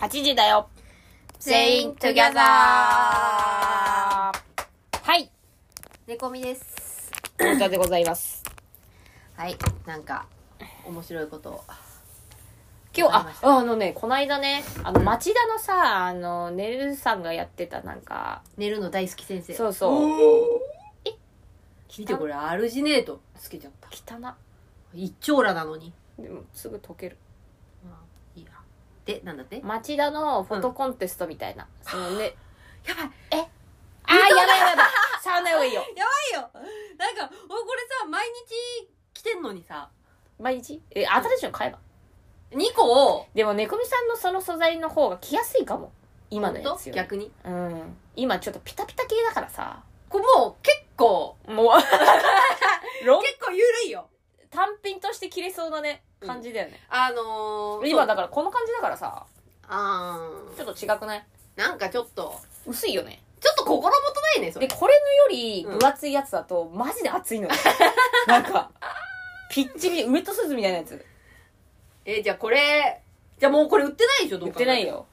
8時だよ。全員 together はい。寝込みです。紅茶でございます。はい。なんか、面白いことを。今わかりま日、あ、あのね、こないだね、あの、町田のさ、あの、ねるさんがやってたなんか、寝るの大好き先生。。そううそう、見てこれ、アルジネートつけちゃった。汚な。一丁羅なのに。でも、すぐ溶ける。いいや。で、なんだってや町田のフォトコンテストみたいな。そのね、ばいあー、やばいやばい。触んない方がいいよ。やばいよなんか、おこれさ、毎日来てんのにさ、毎日え、新しいの買えば。 2個を、でも、猫みさんのその素材の方が着やすいかも。今のやほんつとより。逆に。うん。今ちょっとピタピタ系だからさ。これもう結構、も うロン、結構ゆるいよ。単品として着れそうなね、うん感じだよね。あのー、今だかからこの感じだからさ、あちょっと違くないー、なんかちょっと、薄いよね。ちょっと心もとないね、そで、れ。これのより分厚いやつだと、マジで厚 いのよ。なんか、ピッチリ、ウエットスーツみたいなやつ。え、じゃあこれ、じゃあもうこれ売ってないでしょ、ど売うっ考えてもないよ。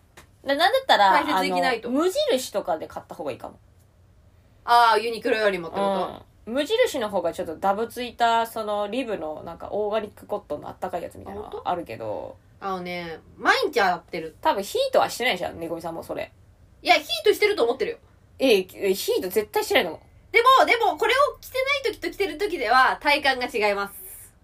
ななんだったら、解説できないとあの無印とかで買った方がいいかも。ああ、ユニクロよりもってこうん、無印の方がちょっとダブついたそのリブのなんかオーガニックコットンのあったかいやつみたいなあの本あるけどと、あのね、毎日洗ってる。多分ヒートはしてないじゃんねこみさんもそれいや、ヒートしてると思ってるよ。えええヒート絶対してないのもでも、でも、これを着てない時と着てる時では、体感が違います。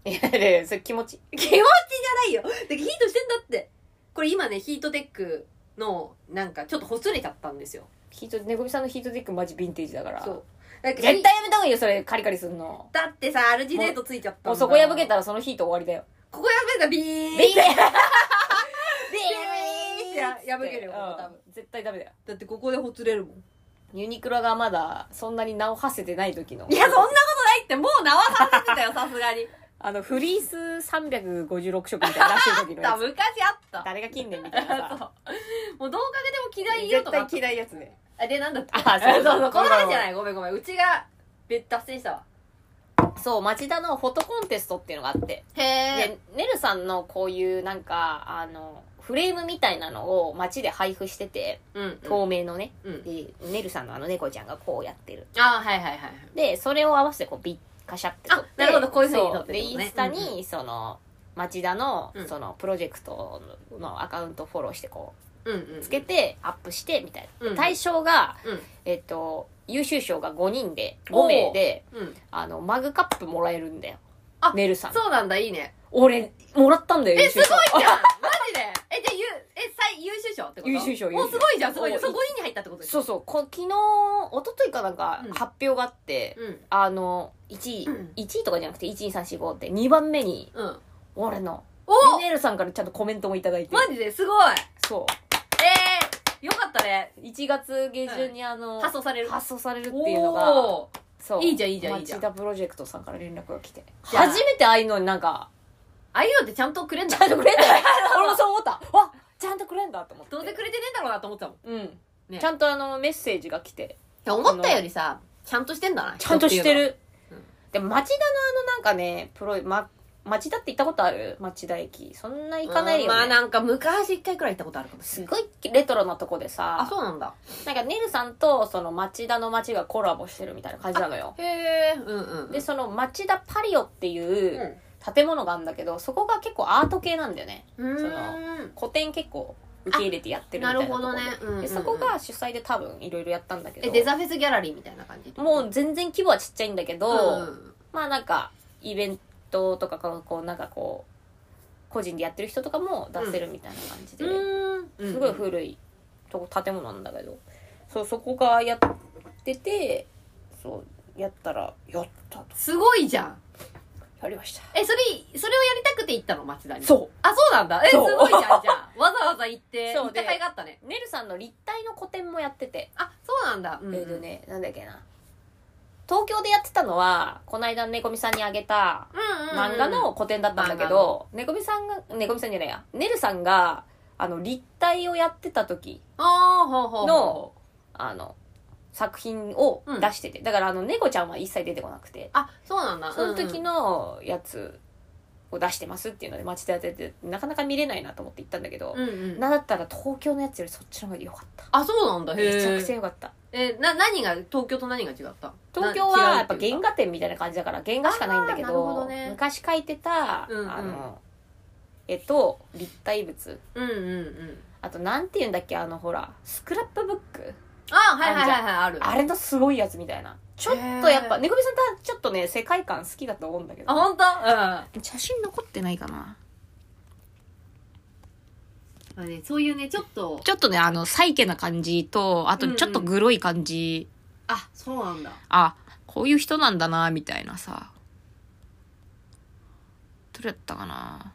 いやいやいやそれ気持ち気持ちじゃないよ。だってヒートしてんだって。これ今ね、ヒートテックの、なんか、ちょっとほつれちゃったんですよ。ヒートねこみさんのヒートテックマジヴィンテージだからそう。なんか絶対やめた方がいいよそれカリカリすんのだってさ、アルジネートついちゃったんだもうそこ破けた。らそのヒート終わりだよここ破けたらビーンビーンビーンって破けるようんもう多分絶対ダメだよだってここでほつれるもん。ユニクロがまだそんなに名を馳せてない時のいや、そんなことないって、もう縄させてたよ、さす がに。あのフリース356色みたいなの出してる時の やだつ昔あった。誰が近年みたいな そうさ。もうどうかけても嫌いよとかあった。嫌いやつね。あ、で、なんだったあそうそう そうそうこの話じゃない。ごめんごめん。うちが、別達成したわ。そう、町田のフォトコンテストっていうのがあって。へで、ねるさんのこういうなんか、あの、フレームみたいなのを町で配布してて、うん。透明のね。うん。で、ねるさんのあの猫ちゃんがこうやってる。あーはいはいはいはい。で、それを合わせてこうビッカシャって撮って。あなるほどこういう風に撮そっうてで、るのねインスタうんに、その、町田のう、んその、プロジェクトのアカウントフォローしてこうんうん。う、つけて、アップして、みたいな。うん。対象が、うんえっと、優秀賞が5人で、5名で、うん。あの、マグカップもらえるんだよ。あねるさん。そうなんだ、い いね。俺、もらったんだよ、え、優す秀ごい賞じゃんマジでえ、じゃあ、ゆ、え、最優秀賞ってこと優秀賞もうすごいじゃん、すごいじゃん。おそこに入ったってことでしそょうそう、こ昨日、一昨日かなんかうん発表があって、うん。あの、1位、うん1位とかじゃなくて、1、2、3、4、5って、2番目に、うん。俺の、おミネルさんからちゃんとコメントもいただいて、マジですごいそえー、よかったね。う。1月下旬にあの、発送される。発送されるっていうのが、おーそう。いいじゃんいいじゃんいいじゃん町田プロジェクトさんから連絡が来て。じゃあ初めてああいうのになんか、ああいうのってちゃんとくれんだちゃんとくれんだよ 俺もそう思ったわちゃんとくれんだと思ってどうせくれてねえんだろうなと思ってたもん。いうん、ねちゃんとあのメッセージが来てや、思ったよりさ、ちゃんとしてんだな。ちゃんとしてるうんでも町田のあのなんかねプロ、ま、町田って行ったことある町田駅そんな行人っていうのは。かないよね、まあなんか昔一回くらい行ったことあるかもしすごいレトロなとこでれない。あ、さそうなんだ。なんかネルさんとその町田の町がコラボしてるみたいな感じなのよへえ、うんうん。でその町田パリオってう。いうん建物があるんだけどそこが結構アート系なんだよねうそーん。古典結構受け入れてやってるみなたいなるとこほでどね。うんうんうんでそこが、主催で多分いろいろやったんだけどえ、デザフェスギャラリーみたいな感じもう全然規模はちっちゃいんだけうど、んうん、まあなんかイベントとかがこうなんかこう個人でやってる人とかも出せるみたいな感じで、うん。すごい古いとこ建物なんだけどそうそこがやっててそうやったらやったとすごいじゃん。やりましたえ、それ、それをやりたくて行ったの町田に。う。そあ、そうなんだ。え、すそうごいじゃん、じゃ あ。わざわざ行って、そう行った甲斐があったね。うねるさんの立体の個展もやってて、あ、そうなんだ。うんうんえっとねなんだっけな東京でやってたのはこの間猫みさんにあげたうんうんうん漫画の古典だったんだけど、猫みさんが、猫みさんじゃないや、ねるさんが、あの、立体をやってた時、ああ、ほうほうほうのあの、作品をうん出してて、だからあの、猫ちゃんは一切出てこなくて、あ、そうなんだ。その時うんうんのやつこう出してますっていうので町でやっててなかなか見れないなと思って行ったんだけど、うんうんなんだったら東京のやつよりそっちの方が良かったあそうなんだへえめちゃくちゃ良かったえな何が東京と何が違った東京なは違やうっぱてい原うか画展みたいな感じだから原画しかないんだけどあーなるほどね昔描いてた、うんうんあの絵と立体物うんうんうんあとなんて言うんだっけあのほらスクラップブックあはいはいはいはいあるあれのすごいやつみたいなちょっとやっぱ猫みさんたちょっとね世界観好きだと思うんだけどあ本当写真残ってないかなうん、まあね、そういうねちょっとちょっとねあの細家な感じとあとちょっとグロい感じ、あそうなんだあこういう人なんだなみたいなさどれだったかな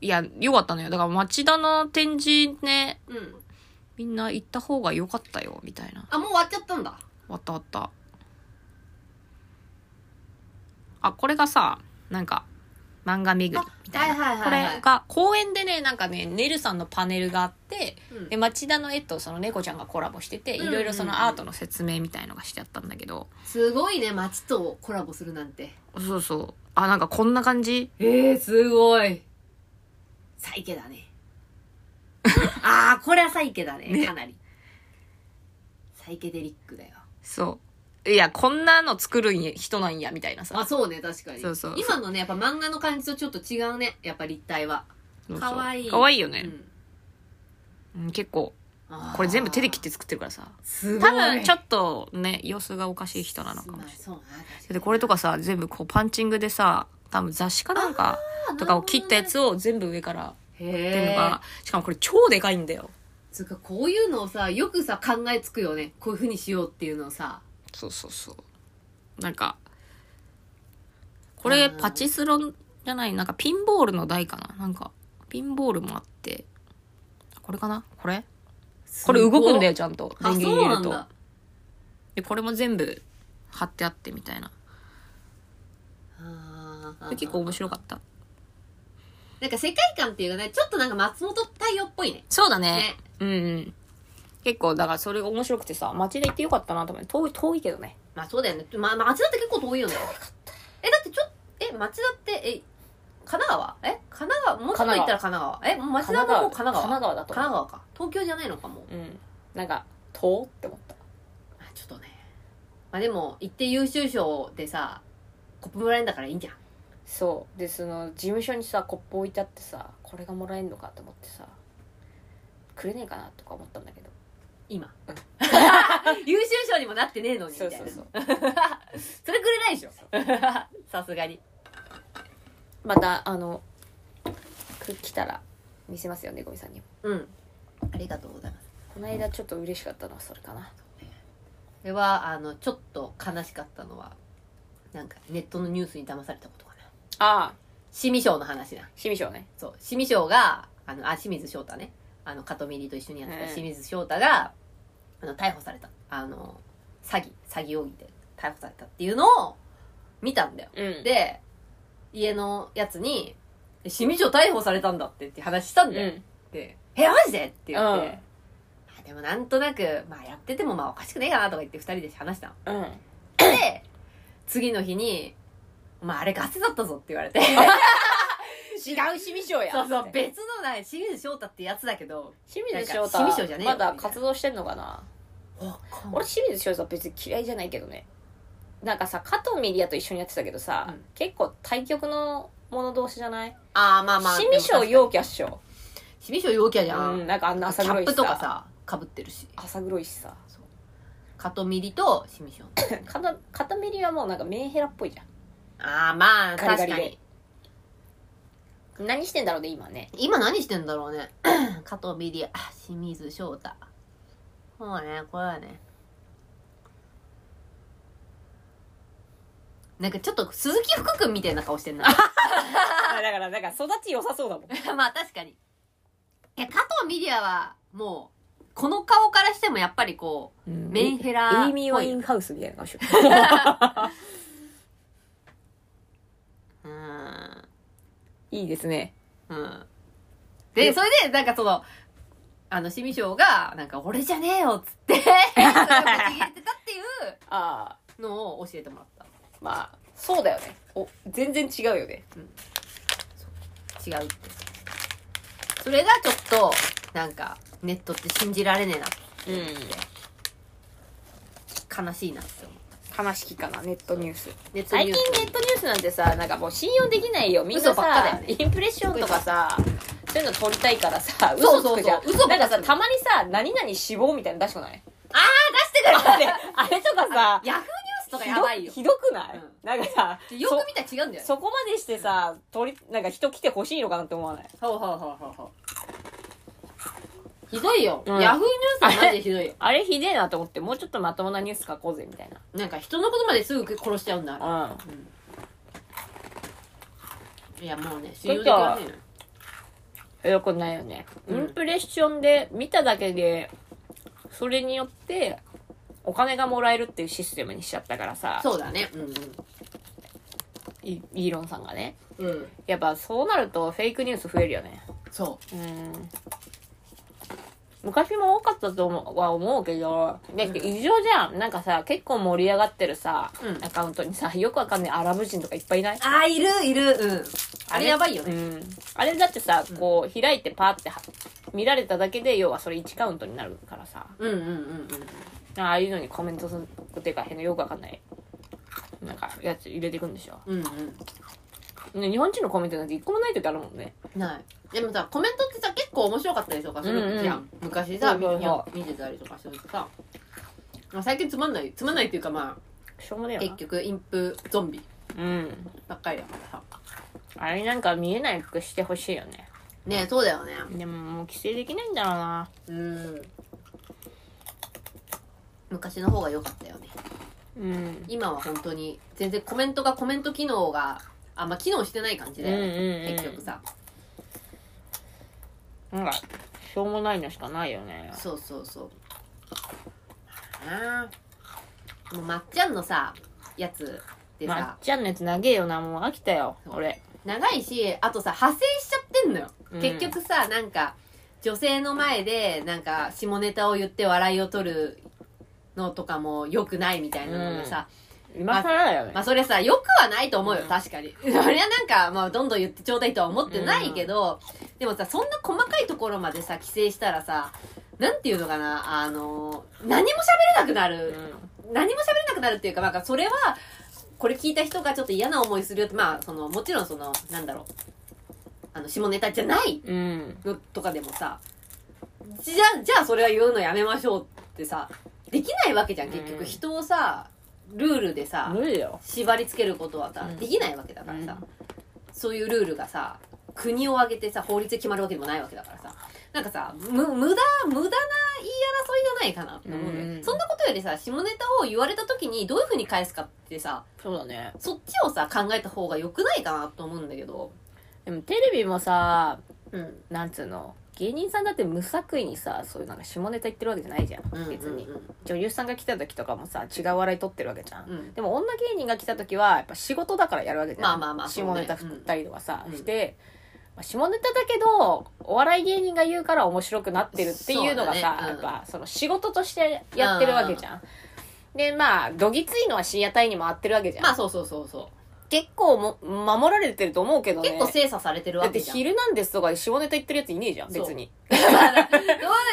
いやよかったのよだから町田の展示ねうんみんな行った方が良かったよみたいなあもう終わっちゃったんだあったあったあこれがさなんか漫画巡りみたいな、はいはいはいはいこれが公園でねなんかねねるさんのパネルがあってうんで町田の絵とその猫ちゃんがコラボしててうんうんいろいろそのアートの説明みたいのがしてあったんだけど、すごいね街とコラボするなんてそうそうあなんかこんな感じえー、すごいサイケだね ああこれはサイケだねねかなりサイケデリックだよそういやこんなの作るんや人なんやみたいなさあそうね確かにそうそう今のねやっぱ漫画の感じとちょっと違うねやっぱ立体はそうそうかわいいかわいいようね、んうん結構あーこれ全部手で切って作ってるからさすごい多分ちょっとね様子がおかしい人なのかもしれないそうな確かにでこれとかさ全部こうパンチングでさ多分雑誌かなんかとかを切ったやつを全部上からへっていうのえがしかもこれ超でかいんだよつうかこういうのをさよくさ考えつくよねこういうふうにしようっていうのをさそうそうそうなんかこれパチスロじゃないなんかピンボールの台かななんかピンボールもあってこれかなこれこれ動くんだよちゃんとあ電そ源う入れなるんとだでこれも全部貼ってあってみたいなあーで結構面白かったなんか世界観っていうかねちょっとなんか松本太陽っぽいねそうだねねうんうん結構だからそれが面白くてさ街で行ってよかったなと思って遠い遠いけどねまあそうだよねまあ町田って結構遠いよねえだってちょっえ町田ってえ神奈川え神奈川もうちょっと行ったら神奈川えもう町田の方神奈川神奈川だと神奈思川か東京じゃないのかもううんなんか遠って思ったあちょっとねまあでも行って優秀賞でさコップもらえんだからいいんじゃんそうでその事務所にさコップ置いてあってさこれがもらえるのかと思ってさくれねえかなとか思ったんだけど今うん 優秀賞にもなってねえのにみたそいうなそうそうそれくれないでしょ さすがにまたあのく来たら見せますよねごみさんにもうんありがとうございますこの間ちょっと嬉しかったのはそれかなこれはあのちょっと悲しかったのはなんかネットのニュースに騙されたことかなああシミ賞の話なしみしょうねそうシミ賞があのあ清水翔太ねあの加藤ミリと一緒にやってたうん清水翔太が、あの逮捕されたあの詐欺詐欺容疑で逮捕されたっていうのを見たんだようんで家のやつに「えシミ賞逮捕されたんだって」って話したんうんだよ、って「えマジで?」って言って、うんまあ、でもなんとなく、まあ、やっててもまあおかしくねえかなとか言って二人で話 したのうんで次の日に「まあ、あれガセだったぞ」って言 われて違うしみしょうやそうそう 別のな清水翔太ってやつだけど清水翔太なんか清水翔じゃねえよまだ活動してんのかな俺清水翔太別に嫌いじゃないけどねなんかさ加藤ミリアと一緒にやってたけどさ、うん結構対局の者同士じゃないああまあまあ清水翔陽キャっしょ清水翔陽キャじゃん、うんなんかあんなキ朝ャ黒いしッさプとかさかぶってるし朝黒いしさ加藤ミリと清水翔太 かた片ミリはもうなんかメンヘラっぽいじゃああまあガリ確ガかリでにん何してんだろうね今ね今何してんだろうね 加藤ミリア清水翔太そうねこれはねなんかちょっと鈴木福君みたいな顔してんなだからなんか育ち良さそうだもんまあ確かにいや加藤ミリアはもうこの顔からしてもやっぱりこうメンヘラエイミー・ワっイぽいンハウスみたいな顔してるうーん いいですねうんでそれでなんかそのあの清水翔がなんか俺じゃねえよっつってそれをぶち切れてたっていうああのを教えてもらったまあそうだよねお全然違うよねそう違うってそれがちょっとなんかネットって信じられねえなうん悲しいなって思う悲しきかなネットニュースネット最ニュー近スネットニュースなんてさなんかもう信用できないよみんな嘘ばっかだよさ、ねインプレッションとかさそういうの取りたいからさそ嘘うそつくうそうじゃん嘘ばなんっかかつくさたまにさ何々死亡みたいなの出しく ないあー出してあくれれあれとか さヤフーニュースとかやばいよひどひどくない、うんなんかさよく見たら違うんだよそそこまでしてさ取りなんか人来てほしいのかなって思わないほうほうほうほうほうひどいよ、うんヤフーニュースはマジでひどいよあれひでえなと思ってもうちょっとまともなニュース書こうぜみたいなんか人のことまですぐ殺しちゃうんだあれなうんいやもうね信用できませんよよくないよね、うんインプレッションで見ただけでそれによってお金がもらえるっていうシステムにしちゃったからさそうだねイイーロンさんがねうんうんうんやっぱそうなるとフェイクニュース増えるよねそうん昔も多かったと思うは思うけどだって異常じゃんなんかさ結構盛り上がってるさ、うんアカウントにさよくわかんないアラブ人とかいっぱいいないうあーいるいるうんあれやばいようねん、あれだってさうんこう開いてパーっては見られただけで要はそれ1カウントになるからさうんうんうんうんああいうのにコメントするっていうか変なよくわかんないなんかやつ入れていくんでしょうんうね日本人のコメントなんて一個もない時あるもんねんないでもさコメントってさ結構面白かったりとかすうんうるんじゃん昔さそうみそうんなそ見てたりとかするとさまあ最近つまんないつまんないっていうかましょうもねあえよ結局インプゾンビなうんばっかりだからさあれなんか見えない服してほしいよねねえそうだよねでももう規制できないんだろうなうん昔の方が良かったよねうん今は本当に全然コメントがコメント機能があんま機能してない感じうんだうよね、んうん結局さなんかしょうもないのしかないよねそうそうそうああもうまっちゃんのさやつでまっさちゃんのやつ長えよなもう飽きたよそう俺長いしあとさ派生しちゃってんのよ、うん結局さなんか女性の前でなんか下ネタを言って笑いを取るのとかも良くないみたいなのでさ、今更だよねまあそれさ、良くはないと思うよ、うん確かに。それはなんか、まあどんどん言ってちょうだいとは思ってないけど、でもさ、そんな細かいところまでさ、規制したらさ、なんていうのかな、あの、何も喋れなくなうる。ん何も喋れなくなるっていうか、なんかそれは、これ聞いた人がちょっと嫌な思いするよって、まあその、もちろんその、なんだろう、あの、下ネタじゃないうんのとかでもさ、じゃあ、じゃあそれは言うのやめましょうってさ、できないわけじゃん、結う局。ん人をさ、ルールでさ、無理だよ縛り付けることはさ、うんできないわけだからさ、そういうルールがさ国を挙げてさ法律で決まるわけでもないわけだからさなんかさむ無駄無駄な言い争いじゃないかなって思うね、うんそんなことよりさ下ネタを言われた時にどういうふうに返すかってさそうだねそっちをさ考えた方が良くないかなと思うんだけどでもテレビもさうんなんつうの芸人さんだって無作為にさそういうなんか下ネタ言ってるわけじゃないじゃん別別に、に女優さんが来た時とかもさ違う笑い取ってるわけじゃん、うんでも女芸人が来た時はやっぱ仕事だからやるわけじゃん、まあまあまあそう下ねネタ振ったりとかさ、うんして、まあ、下ネタだけどお笑い芸人が言うから面白くなってるっていうのがさそうだねうんやっぱその仕事としてやってるわけじゃん、でまあどぎついのは深夜帯に回ってるわけじゃん、まあそうそうそうそ結構も守られてると思うけどう、ね結構精査されてるだわって「けじゃんヒルナンデス」とかで下ネタ言ってるやついねえじゃん別にだ からどう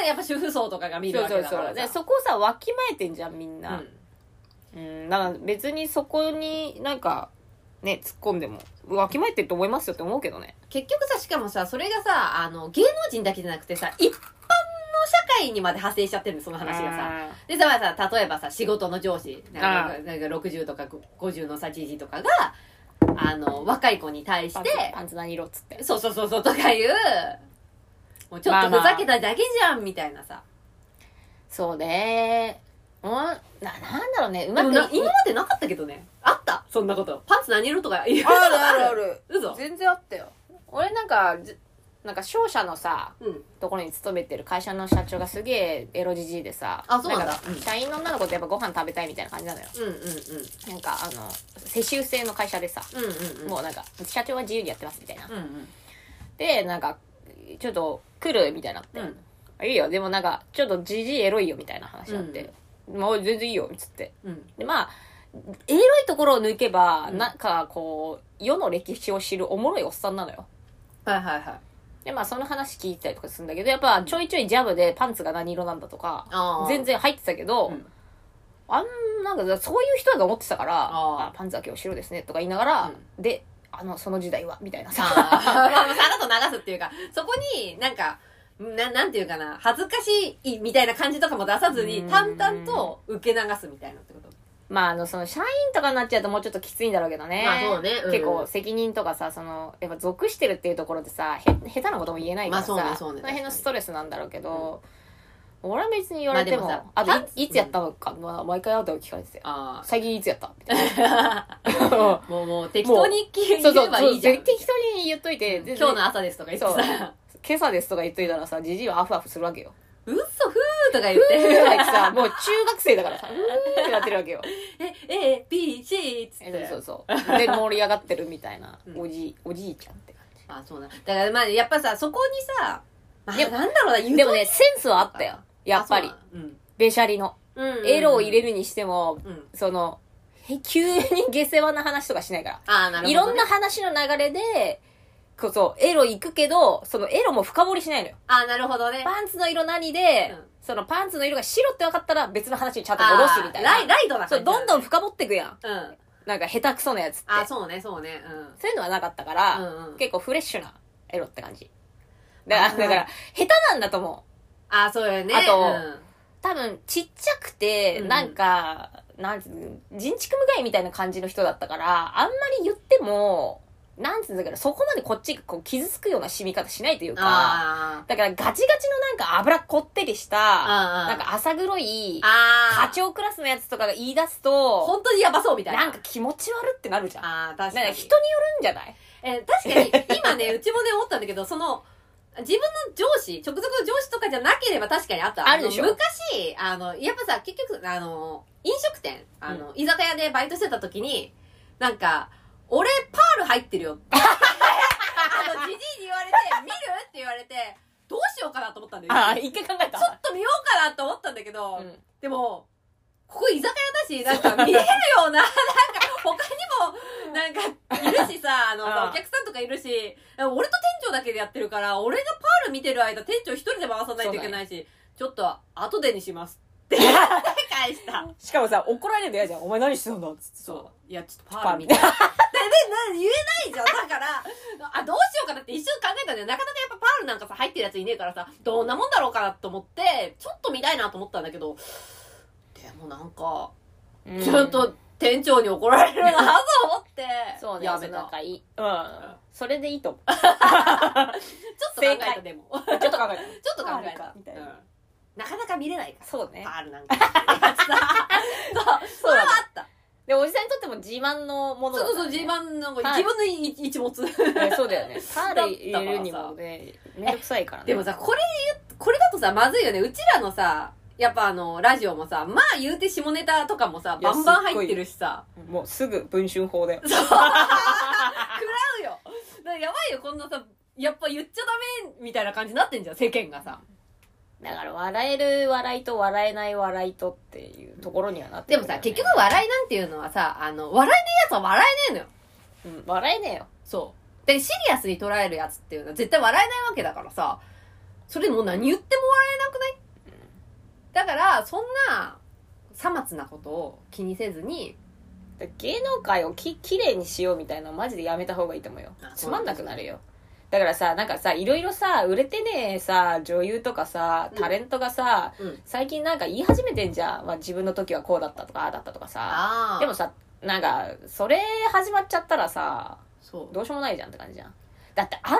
やっぱ主婦層とかが見そるうわそけうだかそうらでさそこをさわきまえてんじゃんみんな、うんうん、だから別にそこになんかね突っ込んでもわきまえてると思いますよって思うけどね結局さしかもさそれがさあの芸能人だけじゃなくてさ一般の社会にまで派生しちゃってるんのその話がささでさ,、まあ、さ例えばさ仕事の上司なんあかなんか60とか50のさじじとかがあの若い子に対しパンてツパンツ何色っつってそうそうそうそうとかいうもうちょっまとあまふあざけただけじゃんみたいなさ、そうねうんななんだろうねうでまもくな今までなかったけどねあったそんなことパンツ何色とか言 うる嘘全然あったよ俺なんかずなんか商社のさうんところに勤めてる会社の社長がすげえエロじじいでさあそうなんだかうん社員の女の子とやっぱご飯食べたいみたいな感じなのようんうんなんかあの世襲制の会社でさうんうんうんもうなんか社長は自由にやってますみたいなうんうんでなんかちょっと来るみたいになって、うんいいよでもなんかちょっとじじいエロいよみたいな話になって、もう全然いいよっつってうんでまあエロいところを抜けば、うんなんかこう世の歴史を知るおもろいおっさんなのよはいはいはい。で、まあその話聞いたりとかするんだけど、やっぱちょいちょいジャブでパンツが何色なんだとか、あー全然入ってたけど、うんあん、なんかそういう人だと思ってたから、あーあパンツは今日白ですねとか言いながら、うで、あの、その時代は、みたいなさ さ。あ、まあまあ、さらっと流すっていうか、そこになんか、ななんていうかな、恥ずかしいみたいな感じとかも出さずにう、ん淡々と受け流すみたいなってこと。まああの、その社員とかになっちゃうともうちょっときついんだろうけどね。まあそうねうん結構責任とかさ、その、やっぱ属してるっていうところでさ、へ、下手なことも言えないからさ、まあそうねそうねの辺のストレスなんだろうけど、俺は別に言われても、まあでもさあパンとい、いつやったのか、まあ毎回会うと聞かれてて、あ最近いつやったみたいな。あ。もうもう適当に聞そうそけうばそう いいじゃん。適当に言っといて、今全日然の朝ですとか言ってさ、今朝ですとか言っといたらさじじいはアフアフするわけようっそふーとか言っうーってて、なってさもう中学生だ からさうーってなってるわけよえ、A、B、C っつって。そうそうで盛り上がってるみたいなうんおじいおじいちゃんって感まあそうな。だからまあやっぱさ、そこにさ、まあでもなんだろうな、言じうでもねセンスはあったよやっぱり。べしゃりのエロを入れる。るにしてもうん。そのへ急に下世話な話とかしないからああ、なるほど、いろんな。話の流れでこそエロ行くけどそのエロも深掘りしないのよああ、なるほどね。パンツの色何で、うんそのパンツの色が白って分かったら別の話にちゃんと戻すみたいあーライな。ライトな感じだそう、ねどんどん深掘っていくやん。うん。なんか下手くそなやつって。あ、そうね、そうね。うん。そういうのはなかったから、うんうん結構フレッシュなエロって感じ。だから、あーだから下手なんだと思う。あ、そうよね。あとうん多分、ちっちゃくて、うんうんなんか、なんつう人畜無害みたいな感じの人だったから、あんまり言っても、なんつうんだから、そこまでこっちがこう傷つくような染み方しないというか、あーだからガチガチのなんか脂っこってりした、あー。なんか浅黒い、あー課長クラスのやつとかが言い出すと、本当にやばそうみたいな。なんか気持ち悪ってなるじゃん。ああ、確なかんかに。人によるんじゃないえー確かに、今ね、うちもね、思ったんだけど、その、自分の上司、直属の上司とかじゃなければ確かにあった。あるでしょの昔、あの、やっぱさ、結局、あの、飲食店、あの、居酒屋でバイトしてた時に、なんか、俺、パール入っ てるよって。あの、じじいに言われて、見るって言われて、どうしようかなと思ったんだよ。ああ、一回考えちたょ。っと見ようかなと思ったんだけど、うんでも、ここ居酒屋だし、なんか見えるような、なんか他にも、なんかいるしさ、あのああお客さんとかいるし、俺と店長だけでやってるから、俺がパール見てる間、店長一人で回さないといけないし、ちょっと後でにしますって返した。 しかもさ、怒られるの嫌じゃん。お前何してたんだっつってさそう。いや、ちょっとパパーンルみ見てたる。いな。で、でな言えないじゃん。だから、あ、どうしようかなって一瞬考えたんだよ。なかなかやっぱパールなんかさ、入ってるやついねえからさ、どんなもんだろうかなと思って、ちょっと見たいなと思ったんだけど、でもなんか、ちゃんと店長に怒られるなと思 って、そうね、やめそのた。仲いい。うん。それでいいと思う。 ちょっと考正えた解でも。ちょっと考えちょっと考えパールたかみたいなうんなかなか見れないかた。 そうね ら、パ。ールなんか。 そう、それはあった。で、おじさんにとっても自慢のものそだうからね。そうそう、自慢の、は自い分の一物。え そうだよね。パール入れるにもね、めんどくさいからね。 でもさ、これ言う、これだとさ、まずいよね。うちらのさ、やっぱあの、ラジオもさ、まあ言うて下ネタとかもさ、いやバンバン入ってるしさ。もうすぐ文春法だよ。食らうよ。だからやばいよ、こんなさ、やっぱ言っちゃダメみたいな感じになってんじゃん、世間がさ。 だから、笑える笑いと笑えない笑いとっていうところにはなってでくもるよさ、ね結局笑いなんていうのはさ、あの、笑えねえやつは笑えねえのよ。うん、笑えねえよ。そう。で、シリアスに捉えるやつっていうのは絶対笑えないわけだからさ、それもう何言っても笑えなくないだから、そんな、さまつなことを気にせずに、だから芸能界をききれいにしようみたいなのマジでやめた方がいいと思うよあつまんなくなるよだからさなんかさいろいろさ売れてねえさ女優とかさタレントがさ、うん最近なんか言い始めてんじゃん、まあ、自分の時はこうだったとかああだったとかさあでもさなんかそれ始まっちゃったらさそう。どうしようもないじゃんって感じじゃんだってあんな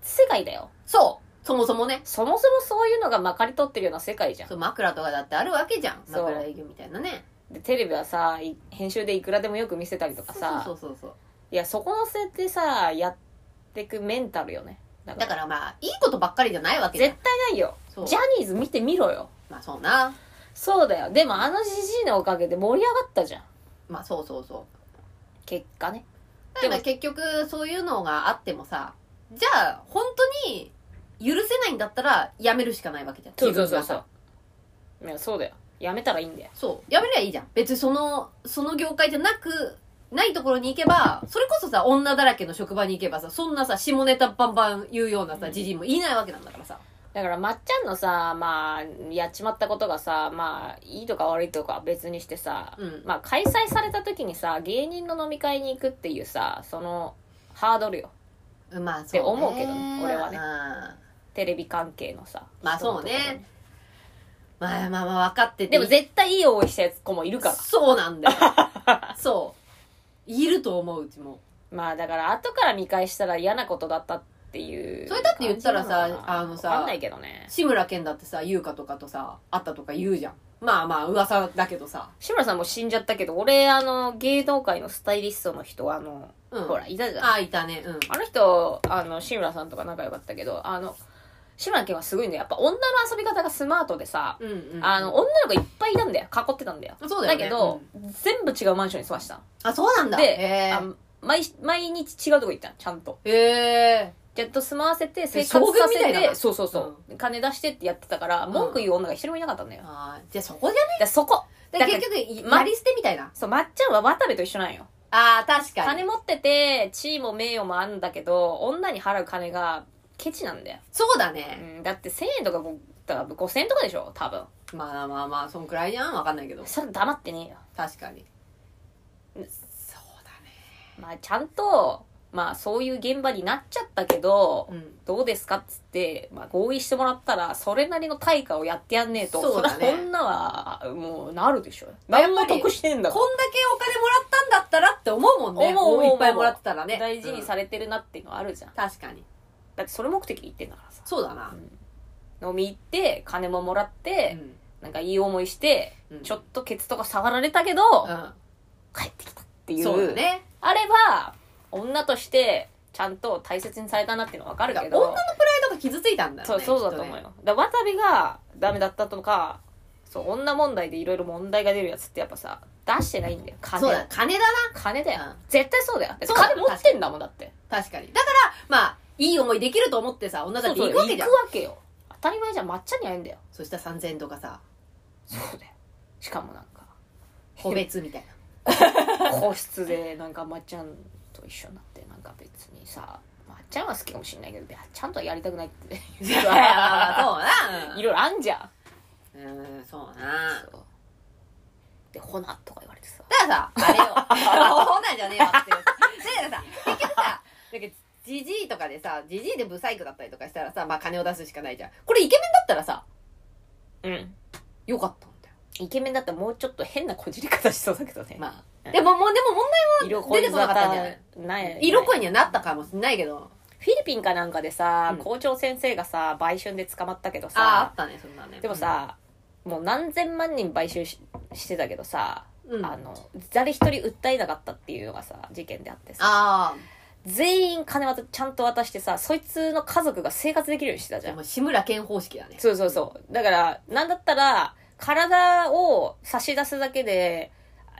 世界だよそうそもそもね。そもそもそういうのがまかり通ってるような世界じゃんそう、枕とかだってあるわけじゃん。そう枕営業みたいなね。でテレビはさい編集でいくらでもよく見せたりとかさそうそうそうそう。いやそこのせってさやってくメンタルよねだだからまあ、いいことばっかりじゃないわけじゃ絶ん。対ないよそうジャニーズ見てみろよまあそうな。そうだよでもあのじじいのおかげで盛り上がったじゃんまあそうそうそう。結果ねででもも結局そういうのがあってもさじゃあ本当に許せないんだったらやめるしかないわけじゃん自分がさいやそうだよやめたらいいんだよそうやめりゃいいじゃん別にそのその業界じゃなくないところに行けば、それこそさ、女だらけの職場に行けばさ、そんなさ、下ネタバンバン言うようなさ、じじいもいないわけなんだからさ。だからまっちゃんのさまあやっちまったことがさまあいいとか悪いとかは別にしてさ、うんまあ開催された時にさ芸人の飲み会に行くっていうさそのハードルよまあ、そう、て思うけどね俺はねうんテレビ関係のさまあそうねまあまあまあ、分かってて。でも絶対いい思いした子もいるからそうなん だよ。そう。いると思う、うちも。まあだから後から見返したら嫌なことだったっていうそれだって言ったらさ感じなのかなあのさわかんないけどね志村けんだってさ、優香とかとさ、会ったとか言うじゃん。まあまあ、噂だけどさ。志村さんも死んじゃったけど俺あの芸能界のスタイリストの人あの、うん。ほら。いたじゃんあ、いたね。うん。あの人、あの、志村さんとか仲良かったけど、あの、志村けんはすごいね、やっぱ女の遊び方がスマートでさ、うんうん、あの、、女の子いっぱいいたんだよ。囲ってたんだよ。そうだよねけど、全部違うマンションに住ましたの。あ、そうなんだ。で、へあ毎毎日違うとこ行ったの、ちゃんと。え。へちゃんと住まわせて、生活将さ軍みたせいて、なそうそうそう、金出してってやってたから、文句言う女が一人もいなかったんだよ。え。だかあーじゃあそこじらそこ。ゃだね。から結局、まマリ捨てみたいな。そう、まっちゃんは渡部と一緒なんよ。ああ、確かに。金持ってて、地位も名誉もあるんだけど、女に払う金がケチなんだよ。そうだね。うんだって1000円とかごだから5000円とかでしょ多分まあまあまあ、そんくらいじゃんわかんないけど。それ黙ってねえよ、確かに。うんそうだまあ、ちゃんと、まあ、そういう現場になっちゃったけど、ね。うん。どうですかっつって、まあ、合意してもらったらそれなりの対価をやってやんねえとそうだねりゃ女はもうなるでしょまあや何っもぱり得してんだかこらんだけお金もらったんだったらって思うもんね。思う思う思ういっぱいもらってたらね。大事にれ、されてるなっていうのはあるじゃん、確かに。だってそれ目的で言ってんだからさそうだな。飲み行って金ももらっうて、んなんかいい思いして、うんちょっとケツとか触られたけど、う帰ってきたっていん。うそうだね。あれば女としてちゃんと大切にされたなっていうのは分かるけど女のプライドが傷ついたんだよそうね。そうだと思うよ、だから渡部がダメだったとかそう女問題でいろいろ問題が出るやつってやっぱさ出してないんだよきっと金ねそうだ、金だな。金だよ、うん絶対そうだよだってそうだ金持ってんだもんだって確かに。だから、まあ、いい思いできると思ってさ、女だってそう行そうくわけじゃん行。くわけよ当たり前じゃん抹茶に会えんだよそしたら3000円とかさ、そうだよしかもなんか個別みたい な。個室でなんかまっちゃんと一緒になってなんか別にさまっちゃんは好きかもしれないけどまっちゃんとはやりたくない ってい言やうまわあいろいろあんじゃんそうな。うん、そうな。そうで「ほな」とか言われてさだからさ、あれよ。 ほなじゃねえわっていうさ。だからさ、結局さ、なんか、じじいとかでさ、じじいでブサイクだったりとかしたらさ、まあ金を出すしかないじゃん。これイケメンだったらさ、うんよかったんだよ。イケメンだったらもうちょっと変なこじり方しそうだけどね、まあ。でも、もう、でも問色出てこなかったんじゃないない題、色恋にはなったかもしんないけど。フィリピンかなんかでさ、うん校長先生がさ売春で捕まったけどああ、あさったね、そんなね。でも、さ、もう何千万人買収ししてたけどさ、うん。ああの誰一人訴えなかったっていうのがさ事件であってさあ全員金渡ちゃんと渡してさそいつの家族が生活できるようにしてたー、じでゃんも志村けん方式だね。そうそうそう。だから、なんだったら、体を差し出すだけで、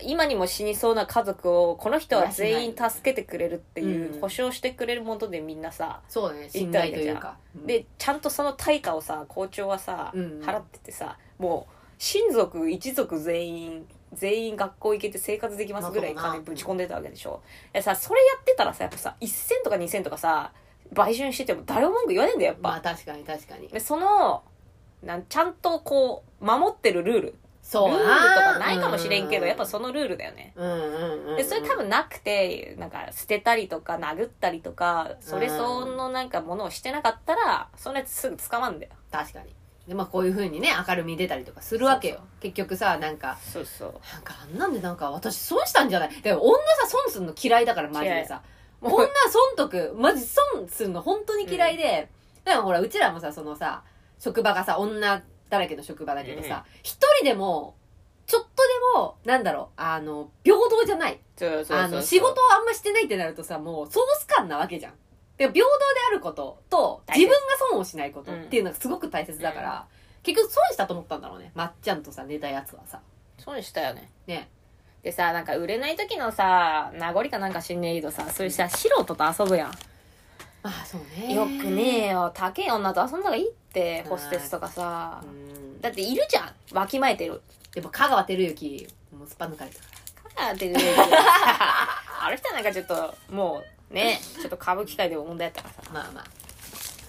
今にも死にそうな家族を、この人は全員助けてくれるっていうう、ん保証してくれるものでみんなさ、そうだね、信頼というか。うん、で、ちゃんとその対価をさ、校長はさ、うん払っててさ、もう、親族一族全員、全員学校行けて生活できますぐらいまあ金そうだなぶち込んでたわけでしょ。いやさ、それやってたらさ、やっぱさ、1000とか2000とかさ、売春してても誰も文句言わねえんだよ、やっぱ。まあ確かに確かに。でそのなんちゃんとこう守ってるルールルそーうなルとかないかもしれんけどやっぱそそのルールだよねうんうんうん。でそれ多分なくてなんか捨てたりとか殴ったりとかそれうん相応のなんかものをしてなかったらそんなやつすぐ捕まんだよ確かにでまあこういうふうにね明るみに出たりとかするわけよそう結局さなんかそうそうなんかあんなんでなんか私損したんじゃないでも女さ損すんの嫌いだからマジでさ 嫌い女損得マジ損すんの本当に嫌いで、だからほらうちらもさそのさ職場がさ女だらけの職場だけどさ一、人でもちょっとでもなんだろうあの平等じゃないそうそうそうあの仕事をあんましてないってなるとさもうソース感なわけじゃんで平等であることと大切自分が損をしないことっていうのがすごく大切だから、結局損したと思ったんだろうねまっちゃんとさ寝たやつはさそうでしたよねねでさなんか売れない時のさ名残かなんか知んねえけどさそういうさ素人と遊ぶやまあそううんねよくねえよ高え女と遊んだ方がいいってホステスとかさうんだっているじゃんわきまえてるでも香川照之もうすっぱ抜かれたか香ー って出てくるあの人なんかちょっともうねちょっと歌舞伎界でも問題やったからさまあまあ。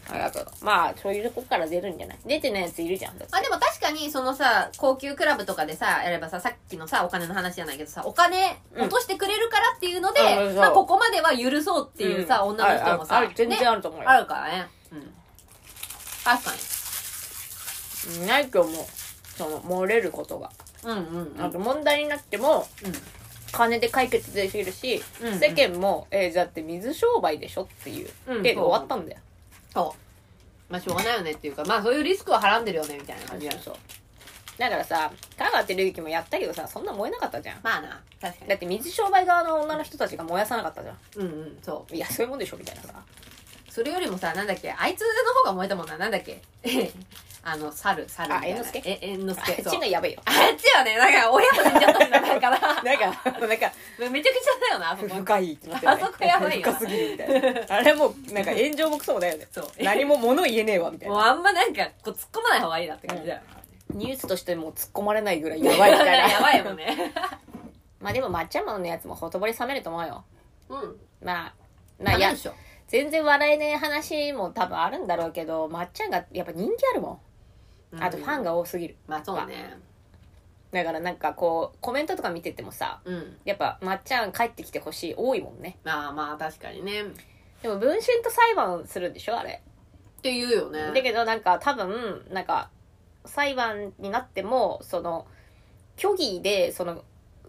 あれだけどまあそういうとこから出るんじゃない出てないやついるじゃんだってまあでも確かにそのさ、高級クラブとかでさ、やればさ、さっきのさ、お金の話じゃないけどさ、お金うん落としてくれるからっていうので、うんそうまあここまでは許そうっていうさ、ん女の人もさ、あるある全ね然あると思うよ、あるからね。うん。確かいないと思うその漏れることが、に。うんうんうん。あと問題になっても金で解決できるし、うんうん世間も、えーだって水商売でしょっていう、うんで終わったんだよそう。まあしょうがないよねっていうか、まあそういうリスクははらんでるよねみたいなそ感うじそうだよそうだからさ香川照之もやったけどさそんな燃えなかったじゃんまあな、確かにだ。って水商売側の女の人たちが燃やさなかったじゃんうんうん、そう。いやそういうもんでしょみたいなさそれよりもさ、なんだっけ、あいつの方が燃えたもんな、なんだっけ。 あの、猿、猿みたいな。あ猿之助え、猿之あっ助。そちうがやべえよあっちはね、なんか親も死んじゃったんだから。なんかなんかめちゃくちゃだ よな、あそこ。深いってなってるねあそこやばいよ深すぎるみたい なあれもうなんか炎上もクソもだよねそう。何も物言えねえわみたいもうなあんまなんか、こう突っ込まない方がいいなって感 じだよ。ニュースとしても突っ込まれないぐ らいやばいみたい なやばいもんね。まあでもまっちゃんまのやつもほとぼり冷めると思うようん。まあままああ、いややでしょ。全然笑えない話も多分あるんだろうけどまっちゃんがやっぱ人気あるもんあとファンが。が多すぎる、まあそうね。だからなんかこうコメントとか見ててもさうん。やっぱまっちゃん帰ってきてほしい多いもんねまあまあ確かにね。っでも文春と裁判するんでしょあれて言うよね。だけどなんか多分なんか裁判になってもその虚偽でその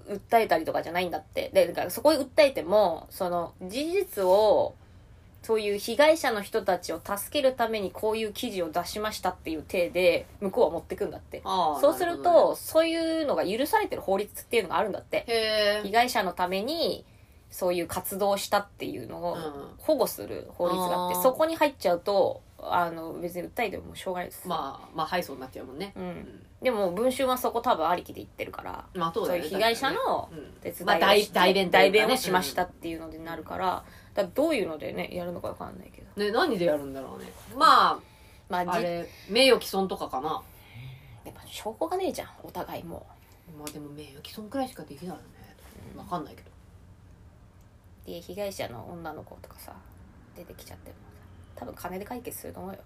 訴えたりとかじゃないんだってでだからそこで訴えてもその事実をそういう被害者の人たちを助けるためにこういう記事を出しましたっていう体で向こうは持ってくんだってああそうするなほどとそういうのが許されてる法律っていうのがあるんだってねへ被え。害者のためにそういう活動をしたっていうのをうん保護する法律があって、あーそこに入っちゃうとあの別に訴えてもしょうがないです、まあ、まあ、敗訴になっちゃうもんね。う、うんん。でも文春はそこ多分ありきで言ってるからまあそうそう,、だよいね。う被害者確かのにね、うん手伝いをまあ代して代弁というか代ね弁をしましたっていうのでなるから,、だからどういうのでねやるのか分かんないけどね、何でやるんだろうね。ままああ、あじやっれ、名誉毀損とかかな。ぱ証拠がねえじゃんお互いもまあでも名誉毀損くらいしかできないよね。わかんないけど。うで被害者の女の子とかさ出てきちゃってもさ多分金で解決すると思うよ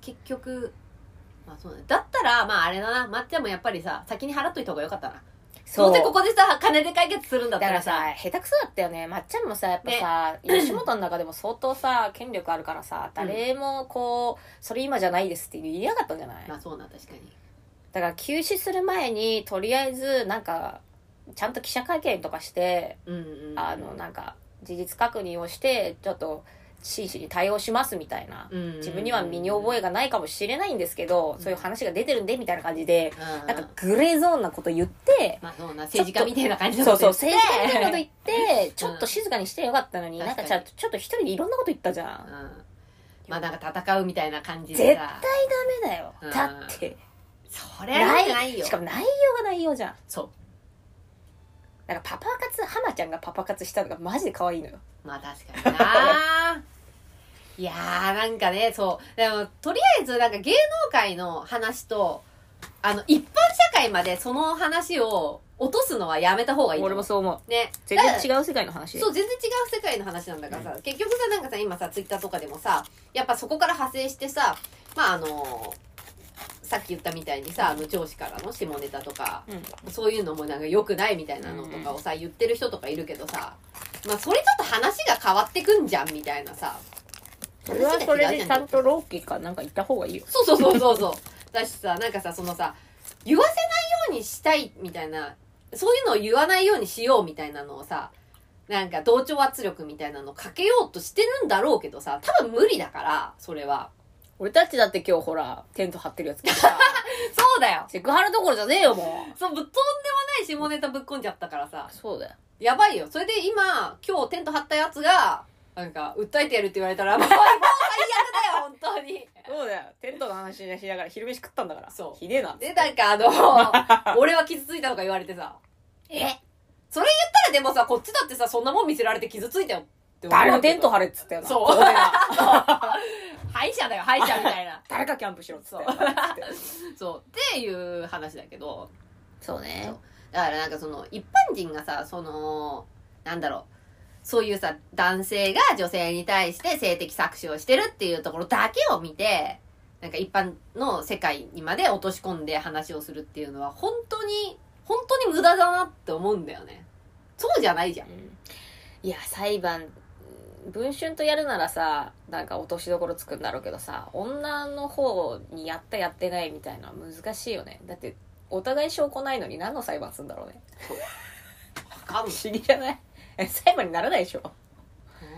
結局、まあそうだね。だったら、まああれだな。まっちゃんもやっぱりさ、先に払っといた方がよかったな。どうせここでさ、金で解決するんだだったかららさ。さ下手くそだったよねまっちゃんもさやっぱさ、 吉本の中でも相当さ権力あるからさ誰もこう、それ今じゃないですって言いやがったんじゃない、まあそうな、確かに。だから休止する前にとりあえずなんかちゃんと記者会見とかして、うんうん。あの、なんか事実確認をしてちょっと真摯に対応しますみたいな、うんうんうん自分には身に覚えがないかもしれないんですけど、そういう話が出てるんでみたいな感じで、うんうんなんかグレーゾーンなこと言って、まあそうな、政治家みたいな感じのそこうそうと政言治家みってたいなこと言 ってちょっと静かにしてよかったのに、うんなんかちょっとちょっと一人でいろんなこと言ったじゃん、うん。まあなんか戦うみたいな感じ絶で対さ。ダメだよ、うんだってそれはないよ。しかも内容が内容じゃんそなんかパパ活ハマちゃんがパパ活したのがマジで可愛いのよう。まあ確かにな。いやーなんかね、そう。でも、とりあえずなんか芸能界の話と、あの、一般社会までその話を落とすのはやめた方がいいと俺思もう。そう思うね。全然違う世界の話そう全然違う世界の話なんだからさ、結局さなんかさ今さツイッターとかでもさやっぱそこから派生してさまああのさっき言ったみたいにさあの上司からの下ネタとか、うんそういうのもなんか良くないみたいなのとかをさ言ってる人とかいるけどさ、まあ、それちょっと話が変わってくんじゃんみたいなさそれはそ話がれ違うでじちゃゃんんとローキーかなんか行った方がいいよそうそうそうそうそうだしさなんかさそのさ言わせないようにしたいみたいなそういうのを言わないようにしようみたいなのをさなんか同調圧力みたいなのをかけようとしてるんだろうけどさ多分無理だからそれは俺たちだって今日ほらテント張ってるやつ来たそうだよ セクハラどころじゃねえよもそうぶとんでもない下ネタぶっこんじゃったからさうそうだよやばいよそれで今今日テント張ったやつがなんか訴えてやるって言われたらもうもう最悪だよ本当にそうだよテントの話しながら昼飯食ったんだからそうひでえなでなんかあ の俺は傷ついたとか言われてさえそれ言ったらでもさ、こっちだってさ、そんなもん見せられて傷ついたよって誰がテント張張れっつったよなそうここでな。敗者だよ、敗者みたいな誰かキャンプしろっつったよなつってそう。っていう話だけど。そうねだからなんかその一般人がさそのなんだろうそういうさ男性が女性に対して性的搾取をしてるっていうところだけを見てなんか一般の世界にまで落とし込んで話をするっていうのは本当に本当に無駄だなって思うんだよねそうじゃないじゃんいや裁判文春とやるならさなんか落としどころつくんだろうけどさ女の方にやったやってないみたいなのは難しいよねだってお互い証拠ないのに何の裁判するんだろうねわかんない不思議じゃないえ裁判にならないでしょ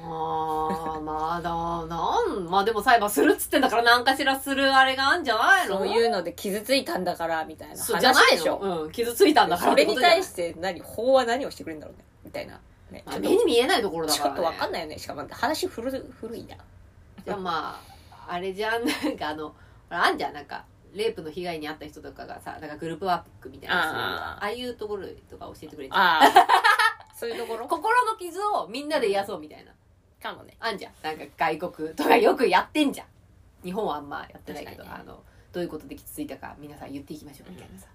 あーまあだなんまあでも裁判するっつってんだから何かしらするあれがあんじゃないのそういうので傷ついたんだからみたいなそうじゃな話いでしょの、うん、傷ついたんだからそれに対してて何法は何をしてくれるんだろうねみたいな、ねちょっと目に見えないところだちょから、っね、とわかんないよねしかも話古い古いなじゃあまああれじゃんなんかあのほらあんじゃんなんかレイプの被害に遭った人とかがさなんかグループワークみたいなのするあああいうところとか教えてくれてああ そういうところ心の傷をみんなで癒そうみたいなかもねあんじゃんなんか外国とかよくやってんじゃん日本はあんまやってないけど、確かあのどういうことで傷ついたか皆さん言っていきましょうみたいなさ、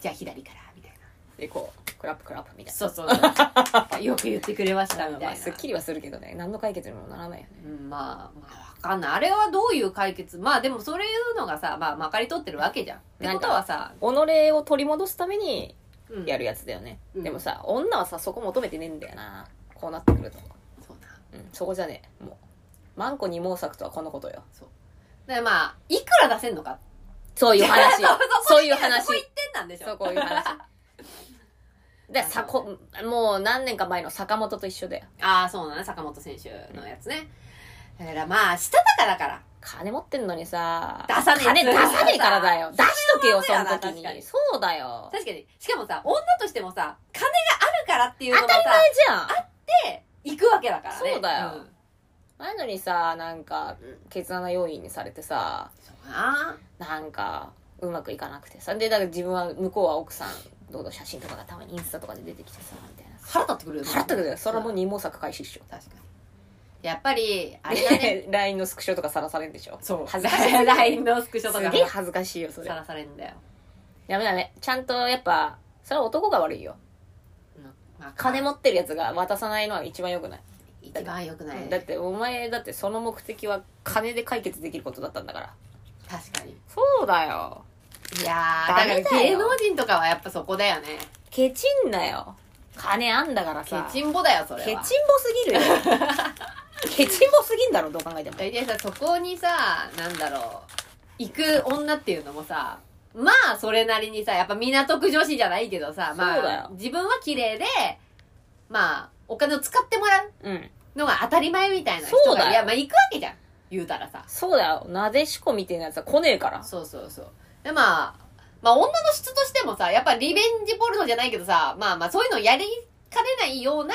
じゃあ左からみたいなでこうクラップクラップみたいなそうそうそう よく言ってくれましたみまたあいすなっきりはするけどね何の解決にもならないよねうんまあまあわかんないあれはどういう解決まあでもそれいうのがさまあまかり通ってるわけじゃんってことはさ、己を取り戻すためにうんやるやつだよね、うんでもさ女はさそこ求めてねえんだよなこうなってくると、そうなうん、そこじゃねえもうマンコ二毛作とはこのことよだからまあいくら出せんのか そういう話そういう話そこ言ってんなんでしょそうこういう話でさこもう何年か前の坂本と一緒だよ ああそうなの坂本選手のやつねだからまあしたたかだから金持ってんのにさ出さねえ金出さねえからだよ出しとけよそ それのはそうだな時確かににそうだよ確かにしかもさ女としてもさ金があるからっていうの当がたさり前じゃんで行くわけだからねそうだよん前のにさなんか血穴要因にされてさそうななんかうまくいかなくてさでだから自分は向こうは奥さんどうの写真とかがたまにインスタとかで出てきてさみたいな腹立ってくるよね払ったけどそれはもう二毛作開始っしょ確かにやっぱりあれだ ねで LINE のスクショとかさらされんでしょそう恥ずかしい LINE のスクショとすかげえ恥ずかしいよそれさらされんだよ、ダメダメちゃんとやっぱそれは男が悪いようんまあ金持ってるやつが渡さないのは一番良くない、一番良くない、だってお前だってその目的は金で解決できることだったんだから確かにそうだよいやダーメだだよから芸能人とかはやっぱそこだよねケチんなよ金あんだからケさチンボだよそれはケチンボすぎるよ ケチンボすぎんだろどう考えても大体さそこにさなんだろう行く女っていうのもさまあそれなりにさやっぱ港区女子じゃないけどさそうだまあよ自分は綺麗でまあお金を使ってもらううんのが当たり前みたいな人そうだがよいやまあ行くわけじゃん言うたらさそうだよなでしこみたいなやつは来ねえからそうそうそうでまあまあ女の質としてもさやっぱリベンジポルノじゃないけどさまあまあそういうのやりかねないような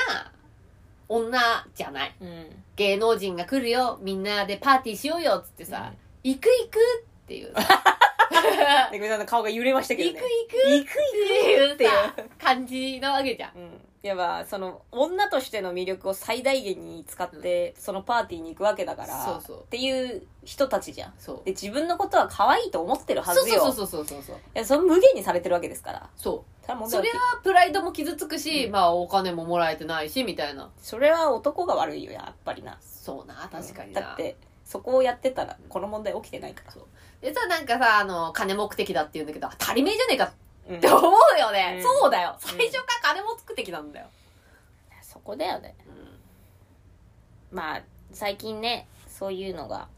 女じゃないうん芸能人が来るよみんなでパーティーしようよっつってさ、行く行くっていうさ でグさんの顔が揺れましたけど行く行ね行くく行くっってていいう感じなわけじゃんうん、やっぱその女としての魅力を最大限に使ってそのパーティーに行くわけだからそうそうっていう人たちじゃんそうで自分のことは可愛いと思ってるはそうずよそうそうそうそうそういやその無限にされてるわけですからそそれはう問題そ大きれいはプライドも傷つくし、まあお金ももらえてないしみたいなそれは男が悪いよやっぱりなそうな確かになだってそこをやってたらこの問題起きてないからそうでさなんかさあの金目的だって言うんだけど当たり前じゃねえかうんって思うよね、うんそうだよ最初から金目的なんだよ、そこだよねまあ最近ねそういうのが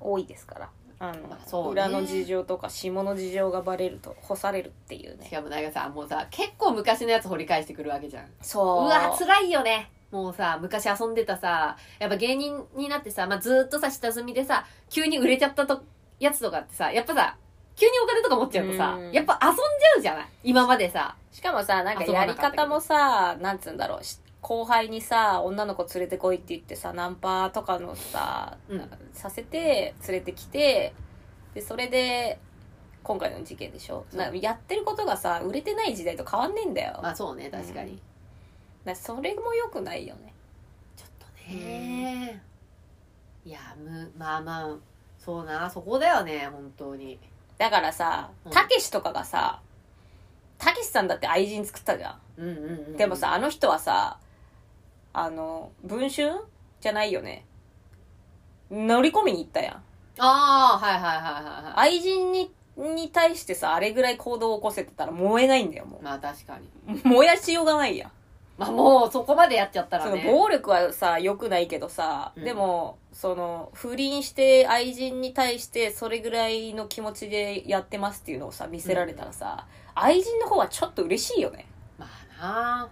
多いですからあの、まあそうね裏の事情とか下の事情がバレると干されるっていうしねかもなんかさもうさ結構昔のやつ掘り返してくるわけじゃんうそうわ辛いよねもうさ昔遊んでたさやっぱ芸人になってさ、まあ、ずーっとさ下積みでさ急に売れちゃったとやつとかってさやっぱさ急にお金とか持っちゃうとさうんやっぱ遊んじゃうじゃない今までさしかもさなんかやり方もさなんつうんだろうし後輩にさ女の子連れてこいって言ってさナンパとかのさ、うんさせて連れてきてでそれで今回の事件でしょそうなやってることがさ売れてない時代と変わんねえんだよ、まあそうね確かに、うんなそれもよくないよねちょっとねいやむまあまあそうなそこだよね本当にだからさうんたけしとかがさたけしさんだって愛人作ったじゃん。うんうんうんでもさ、あの人はさ、あの、文春じゃないよね。乗り込みに行ったやん。ああはいはいはいはいは愛人に、に対してさ、あれぐらい行動を起こせてたら燃えないんだよ、もいまあ確かにう。燃やしようがないやん。まあもうそこまでやっちゃったらそのね暴力はさ、良くないけどさ、うんでも、その、不倫して愛人に対してそれぐらいの気持ちでやってますっていうのをさ、見せられたらさ、愛人の方はちょっと嬉しいよね。まあ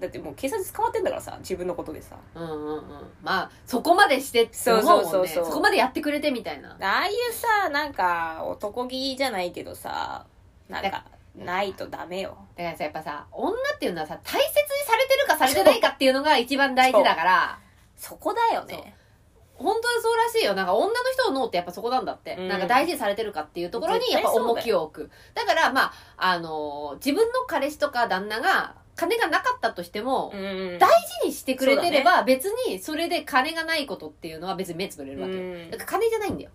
だってもう警察捕まってんだからさ、自分のことでさ。なあうんうんうんまあそこまでしてって思うもんねそそうそうそうそうこまでやってくれてみたいなああいうさ、なんか、男気じゃないけどさ、なんか、ないとダメよ。だからさやっぱさ女っていうのはさ大切にされてるかされてないかっていうのが一番大事だからそこだよね。本当にそうらしいよなんか女の人の脳ってやっぱそこなんだって、うんなんか大事にされてるかっていうところにやっぱ重きを置くだからまああのー自分の彼氏とか旦那が金がなかったとしても、うん大事にしてくれてれば、別にそれで金がないことっていうのは別に目つぶれるわけよ、うんだから金じゃないんだよ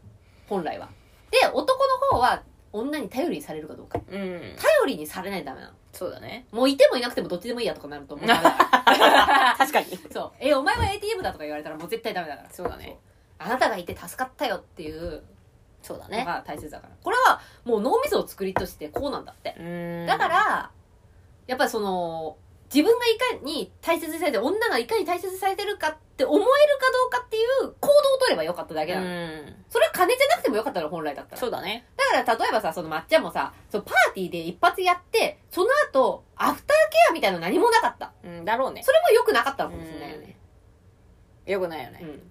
本来はで男の方は女に頼りにされるかどうかうん。頼りにされないとダメなのそうだね。もういてもいなくてもどっちでもいいやとかなると思 う確かに。そうえお前は ATM だとか言われたらもう絶対ダメだからそうだねあなたがいて助かったよっていうそうだのね。が大切だから、これはもう脳みそを作りとしてこうなんだって、うんだからやっぱりその自分がいかに大切にされて女がいかに大切にされてるかって思えるかどうかっていう行動を取ればよかっただけなの、うん。それは金じゃなくてもよかったの本来だったらそうだね。だから例えばさその抹茶もさそのパーティーで一発やってその後アフターケアみたいなの何もなかったうん、だろうね。それも良くなかったのかもしれないよねよくないようね。ん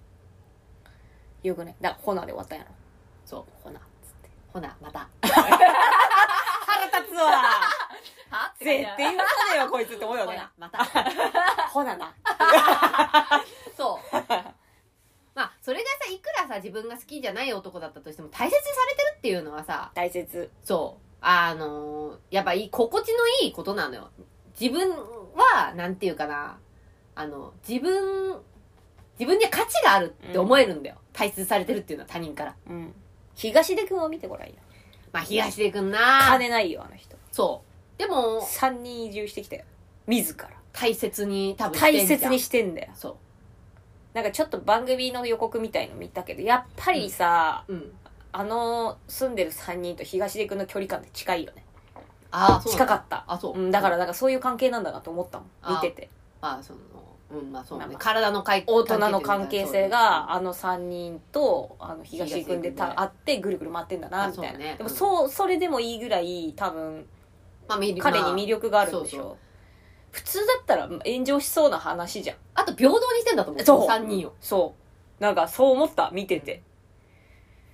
よくない。だから、ホナーで終わったんやろ。そうホナーっつって。ほなまた腹立つわはっ て絶対言うだよ、こいつって思うよほね。なまたホナーな。 そう。まあ、それがさ、いくらさ、自分が好きじゃない男だったとしても、大切にされてるっていうのはさ、大切。そう。あのーやっぱいい、心地のいいことなのよ。自分は、なんていうかな、あの、自分、自分に価値があるって思えるんだよ。大切にされてるっていうのは他人から。うん。東出くんを見てごらんよ。まあ、東出くんな金ないよ、あの人。そう。でも、 3人移住してきたよ。自ら。大切に、多分してんじゃ大ん切にしてんだよ。そなんかちょっと番組の予告みたいの見たけど、やっぱりさ、う。うん。あの住んでる3人と東出くんの距離感って近いよね。ああ、そう近かっった。た。あ、そうう。ん、だから、なんかそういう関係なんだなと思ったもん。見てて。まあ、その、うん、まあそう、ねまあまあ体の関係大人の関係性が、ああの3人と、あの東出くんで東出くんたで会ってぐるぐる回ってんだな、あみたいそな。うねでもうんそう、それでもいいぐらい、多分、まあ、魅力彼に魅力があるんでしそうそょ。普通だったら炎上しそうな話じゃん。あと平等にしてんだと思う。そう3人を。そう。なんかそう思った、見てて。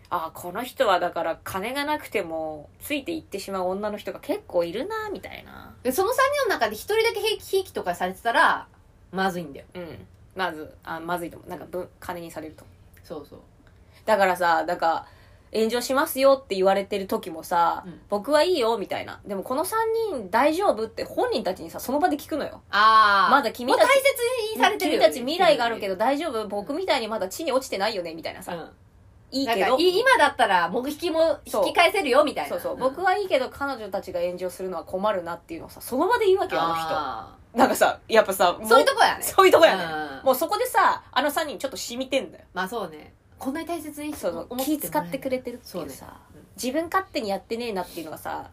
ああ、この人はだから金がなくてもついていってしまう女の人が結構いるな、みたいな。で、その3人の中で1人だけ平気、平気とかされてたら、まずいんだよ。うん。まず、あまずいと思う。なんか分、金にされると思そうそう。う。だからさ、なんか、炎上しますよって言われてる時もさ、うん僕はいいよ、みたいな。でもこの3人大丈夫って本人たちにさ、その場で聞くのよ。ああ。まだ君たちもう大切にされてるよ、君たち未来があるけど。ど大丈夫僕みたいにまだ地に落ちてないよね、みたいなうさ。ん。いいなんけかど。い今だったら、目引きも引き返せるよ、みたいな。そうそう、ん僕はいいけど彼女たちが炎上するのは困るなっていうのをさその場で言うわけよああの人なんかさやっぱさーそういうとここやね。そういうとこやね、うんもうそこでさあの3人ちょっと染みてんだよまあそうね。こんなに大切にその気使ってくれ。れてるっていうそさねうん自分勝手にやってねえなっていうのがさ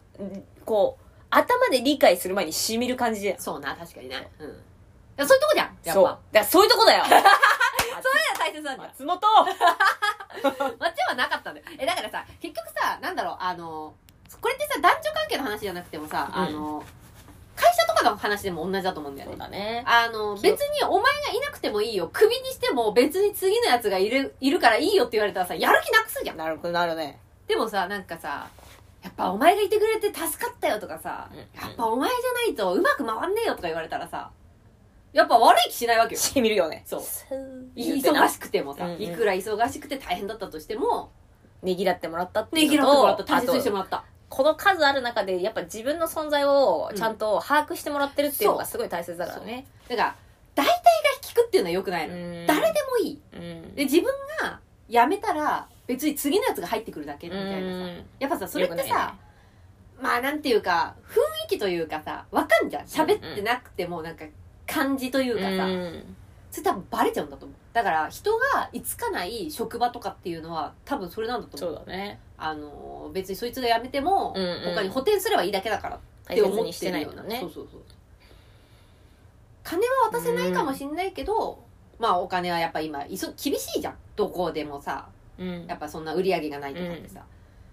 こう頭で理解する前に染みる感じじゃんそうな、確かにな。うん。いやそういうとこじゃん。やっぱ。そうだからそういうとこ だよそういうのが大切なんだよ。松本マッチはなかったんだよ。え、だからさ、結局さ、なんだろう、あの、これってさ、男女関係の話じゃなくてもさ、うんあの、会社とかの話でも同じだと思うんだよそうね。だねあの、別にお前がいなくてもいいよ。クビにしても別に次のやつがいる、いるからいいよって言われたらさ、やる気なくすじゃん。なるほどなるねでもさ、なんかさ、やっぱお前がいてくれて助かったよとかさ、うんやっぱお前じゃないとうまく回んねえよとか言われたらさ、やっぱ悪い気しないわけよ。染みるよねそう言うて忙なしくてもさ、うんうんいくら忙しくて大変だったとしても、ねぎらってもらったってねいぎうらのってもとらった、大切にしてもらった。この数ある中でやっぱ自分の存在をちゃんと把握してもらってるっていうのがすごい大切だからね。だから、大体が効くっていうのは良くないの。誰誰でもいい。うんで、自分が辞めたら、別に次のやつが入ってくるだけみたいなさ。やっぱさ、それってよくないさ、まあなんていうか、雰囲気というかさ、わかんじゃん。喋ってなくても、なんか、感じというかさ、うんそれ多分バレちゃうんだと思う。だから、人がいつかない職場とかっていうのは、多分それなんだとそ思う。うだねあの、別にそいつが辞めても、うんうん他に補填すればいいだけだからっ大て切思ってるようにしてないのねそうそうそう。金は渡せないかもしんないけど、まあお金はやっぱ今、いそ厳しいじゃん。どこでもさ、うんやっぱそんな売り上げがないとかってさ。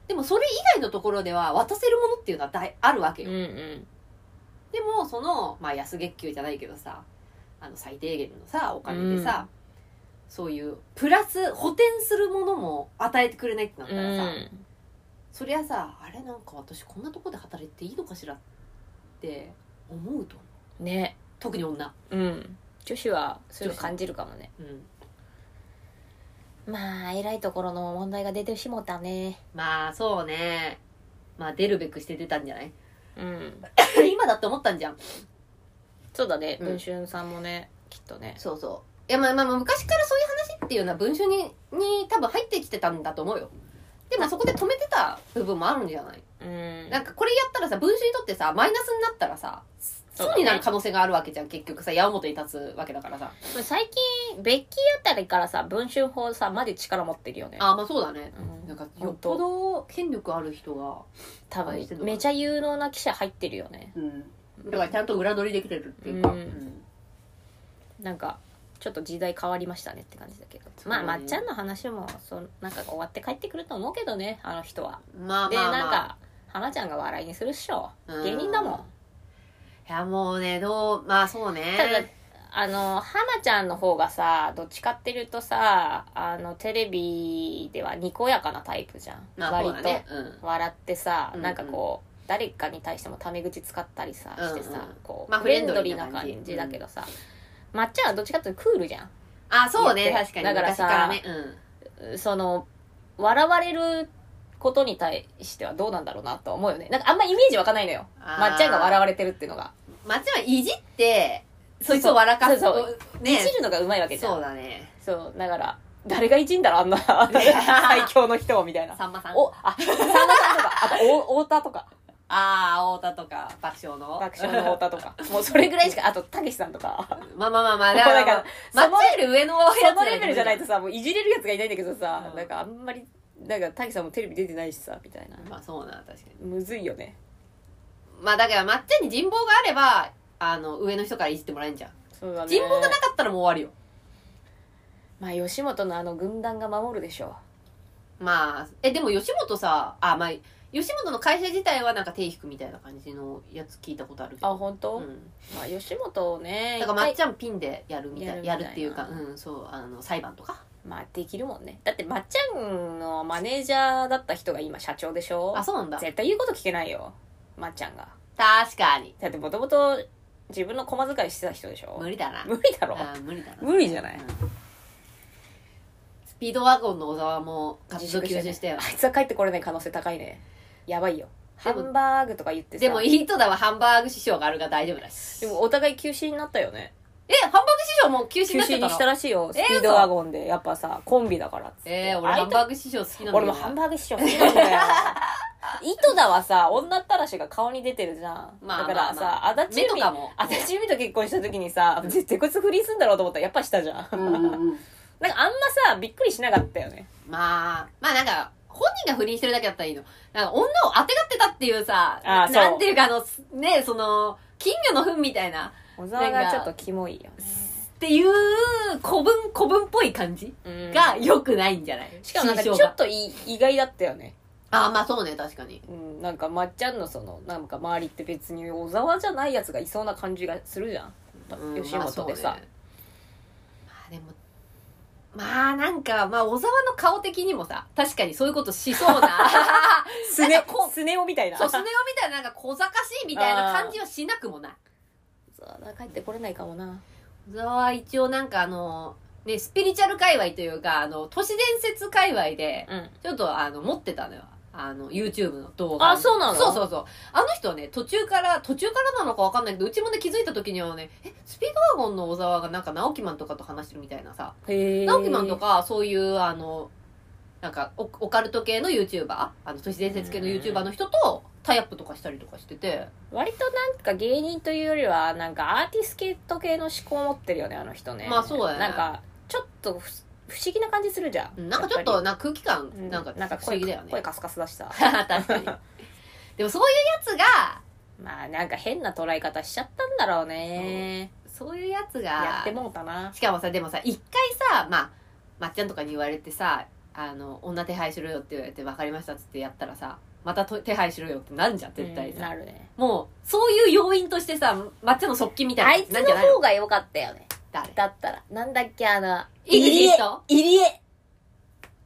でもそれ以外のところでは渡せるものっていうのはだいあるわけうんよ。うんでもその、まあ、安月給じゃないけどさあの最低限のさお金でさ、そういうプラス補填するものも与えてくれないってなったうらさ、んそりゃさあれなんか私こんなとこで働いていいのかしらって思うと思うね特に女、うん女子はそういうの感じるかもねうん、まあ偉いところの問題が出てしもたねまあそうねまあ出るべくして出たんじ ゃないうん今だって思ったんじゃんそうだねうん文春さんもねきっとねそうそういやまあまあまあ昔からそういう話っていうのは文春にに多分入ってきてたんだと思うよでもそこで止めてた部分もあるんじゃないうんなんかこれやったらさ文集にとってさマイナスになったらさそうだ損ねになる可能性があるわけじゃん結局さ矢面に立つわけだからさ最近ベッキーあたりからさ文春法さまで力持ってるよねあーまあそうだねうんなんかよ本っぽ当ど権力ある人が、多分めちゃ有能な記者入ってるよねだからちゃんと裏取りできてるっていうか、うんなんかちょっと時代変わりましたねって感じだけど、そうねまあまっちゃんの話もそんなんか終わって帰ってくると思うけどねあの人はうんまあまあまあでなんか花ちゃんが笑いにするっしょうん芸人だもんいやもうねどうまあそうねただあの花ちゃんの方がさどっちかっていうとさあのテレビではにこやかなタイプじゃん、まあ割そうだとねうん笑ってさ、うんうんなんかこう誰かに対してもタメ口使ったりさうんうしんてさ、こう、まあフレンドリーなフレンドリーな感感じじだけどさ、まっちゃんはどっちかっていうとクールじゃんあそ言うねって確かにだからさ昔からね、うん、その笑われることに対してはどうなんだろうなと思うよねなんかあんまイメージ湧かないのよあーまっちゃんが笑われてるっていうのが町はいじってそいつを笑かすそうそいねじるのがうまいわけじゃんそうだねそうだから誰がいじんだろあん な最強の人をみたいなさんまさんおあさんまさんとかあとお太田とかああ太田とか爆笑の爆笑の太田とかもうそれぐらいしかあとたけしさんとかまあまあまあまもうあ、だから、なんまかあ、マッチより上のやそつのレベルじゃないとさ。さもういじれるやつがいないんだけどさ、うんなんかあんまりなんかたけしさんもテレビ出てないしさみたいなまあそうな、確かに。むずいよねまあだから、マッチに人望があれば、あの、上の人からいじってもらえんじゃん。そうだね人望がなかったらもう終わるよ。まあ吉本のあの軍団が守るでしょまあ、え、でも吉本さ、あ、まあ、吉本の会社自体はなんか手引くみたいな感じのやつ聞いたことあるけあど。本当、うん。まあ吉本をねだから、まっ一ちゃんピンでやるみたい、ややるみたいなるっていうか、うん、そう、あの、裁判とか。回まあできるもんねだってまっちゃんのマネージャーだった人が今社長でしょあ、そうなんだ。絶対言うこと聞けないよまっちゃんが確かに。だってもともと自分の駒遣いしてた人でしょ無理だな。無理だろあ無理だな。無理じゃないうんスピードワゴンの小沢も活動休止し たよあ。いつは帰ってこれない可能性高いねやばいよハでもンバーグとか言ってさでもイートダはハンバーグ師匠があるから大丈夫だし。でもお互い休止になったよねえ、ハンバーグ師匠もう休止休になっちゃ止にったしたのらしいよえスーピードワゴンでやっぱさコンビだからっつってえー、俺ハンバーグ師匠好きなんだ俺もハンバーグ師匠好きなんだよ糸田はさ女ったらしが顔に出てるじゃん、まあだからさ、まあ足立目由と美かも。足立由美と結婚した時にさ絶対こいつ不倫すんだろうと思ったらやっぱしたじゃん、うんうんうんなんかあんまさびっくりしなかったよねまあ、まあなんか、本人が不倫してるだけだったらいいの。なんか女をあてがってたっていうさ、あーそうなんていうかあの、ね、その、金魚の糞みたいな、小沢がちょっとキモいよねっていう古文、古文っぽい感じうんが良くないんじゃないしかもなんかちょ師匠がっとい意外だったよねあー、まあそうね、確かに。うん、なんかまっちゃんのそのなんか周りって別に小沢じゃないやつがいそうな感じがするじゃん、うん吉本でさ、まあそうねまあでもまあなんかまあ小沢の顔的にもさ確かにそういうことしそうな スなネんかこうスネ夫みたいなそうスネ夫みたいななんか小賢しいみたいな感じはしなくもない小沢帰ってこれないかもな小沢は一応なんかあのねスピリチュアル界隈というかあの都市伝説界隈でうんちょっとあの持ってたのよあの YouTube の動画あそうなのそうそうそうあの人はね途中から途中からなのかわかんないけどうちもね気づいた時にはねえスピードワゴンの小沢がなんか直木マンとかと話してるみたいなさへえナオキマンとか、そういう、あの、なんかオ、オカルト系の YouTuber、あの、都市伝説系の YouTuber の人とタイアップとかしたりとかしてて割となんか芸人というよりはなんかアーティスト系の思考を持ってるよねあの人ねまあそうだよねなんかちょっとふ不思議な感じするじゃんなんかちょっやとぱな空気感りうんなんかなんか不思声議だよね声カスカスだしさ 確かにでもそういうやつがまあなんか変な捉え方しちゃったんだろうねそういうやつがやってもうたなしかもさでもさ一回さまあまっちゃんとかに言われてさあの女手配しろよって言われて分かりましたっつってやったらさまたと手配しろよってなんじゃん絶対うんさ、なるねもうそういう要因としてさまっちゃんの側近みたあいいつななのんじゃないの方が良かったよね誰だったらなんだっけあのイグジット入江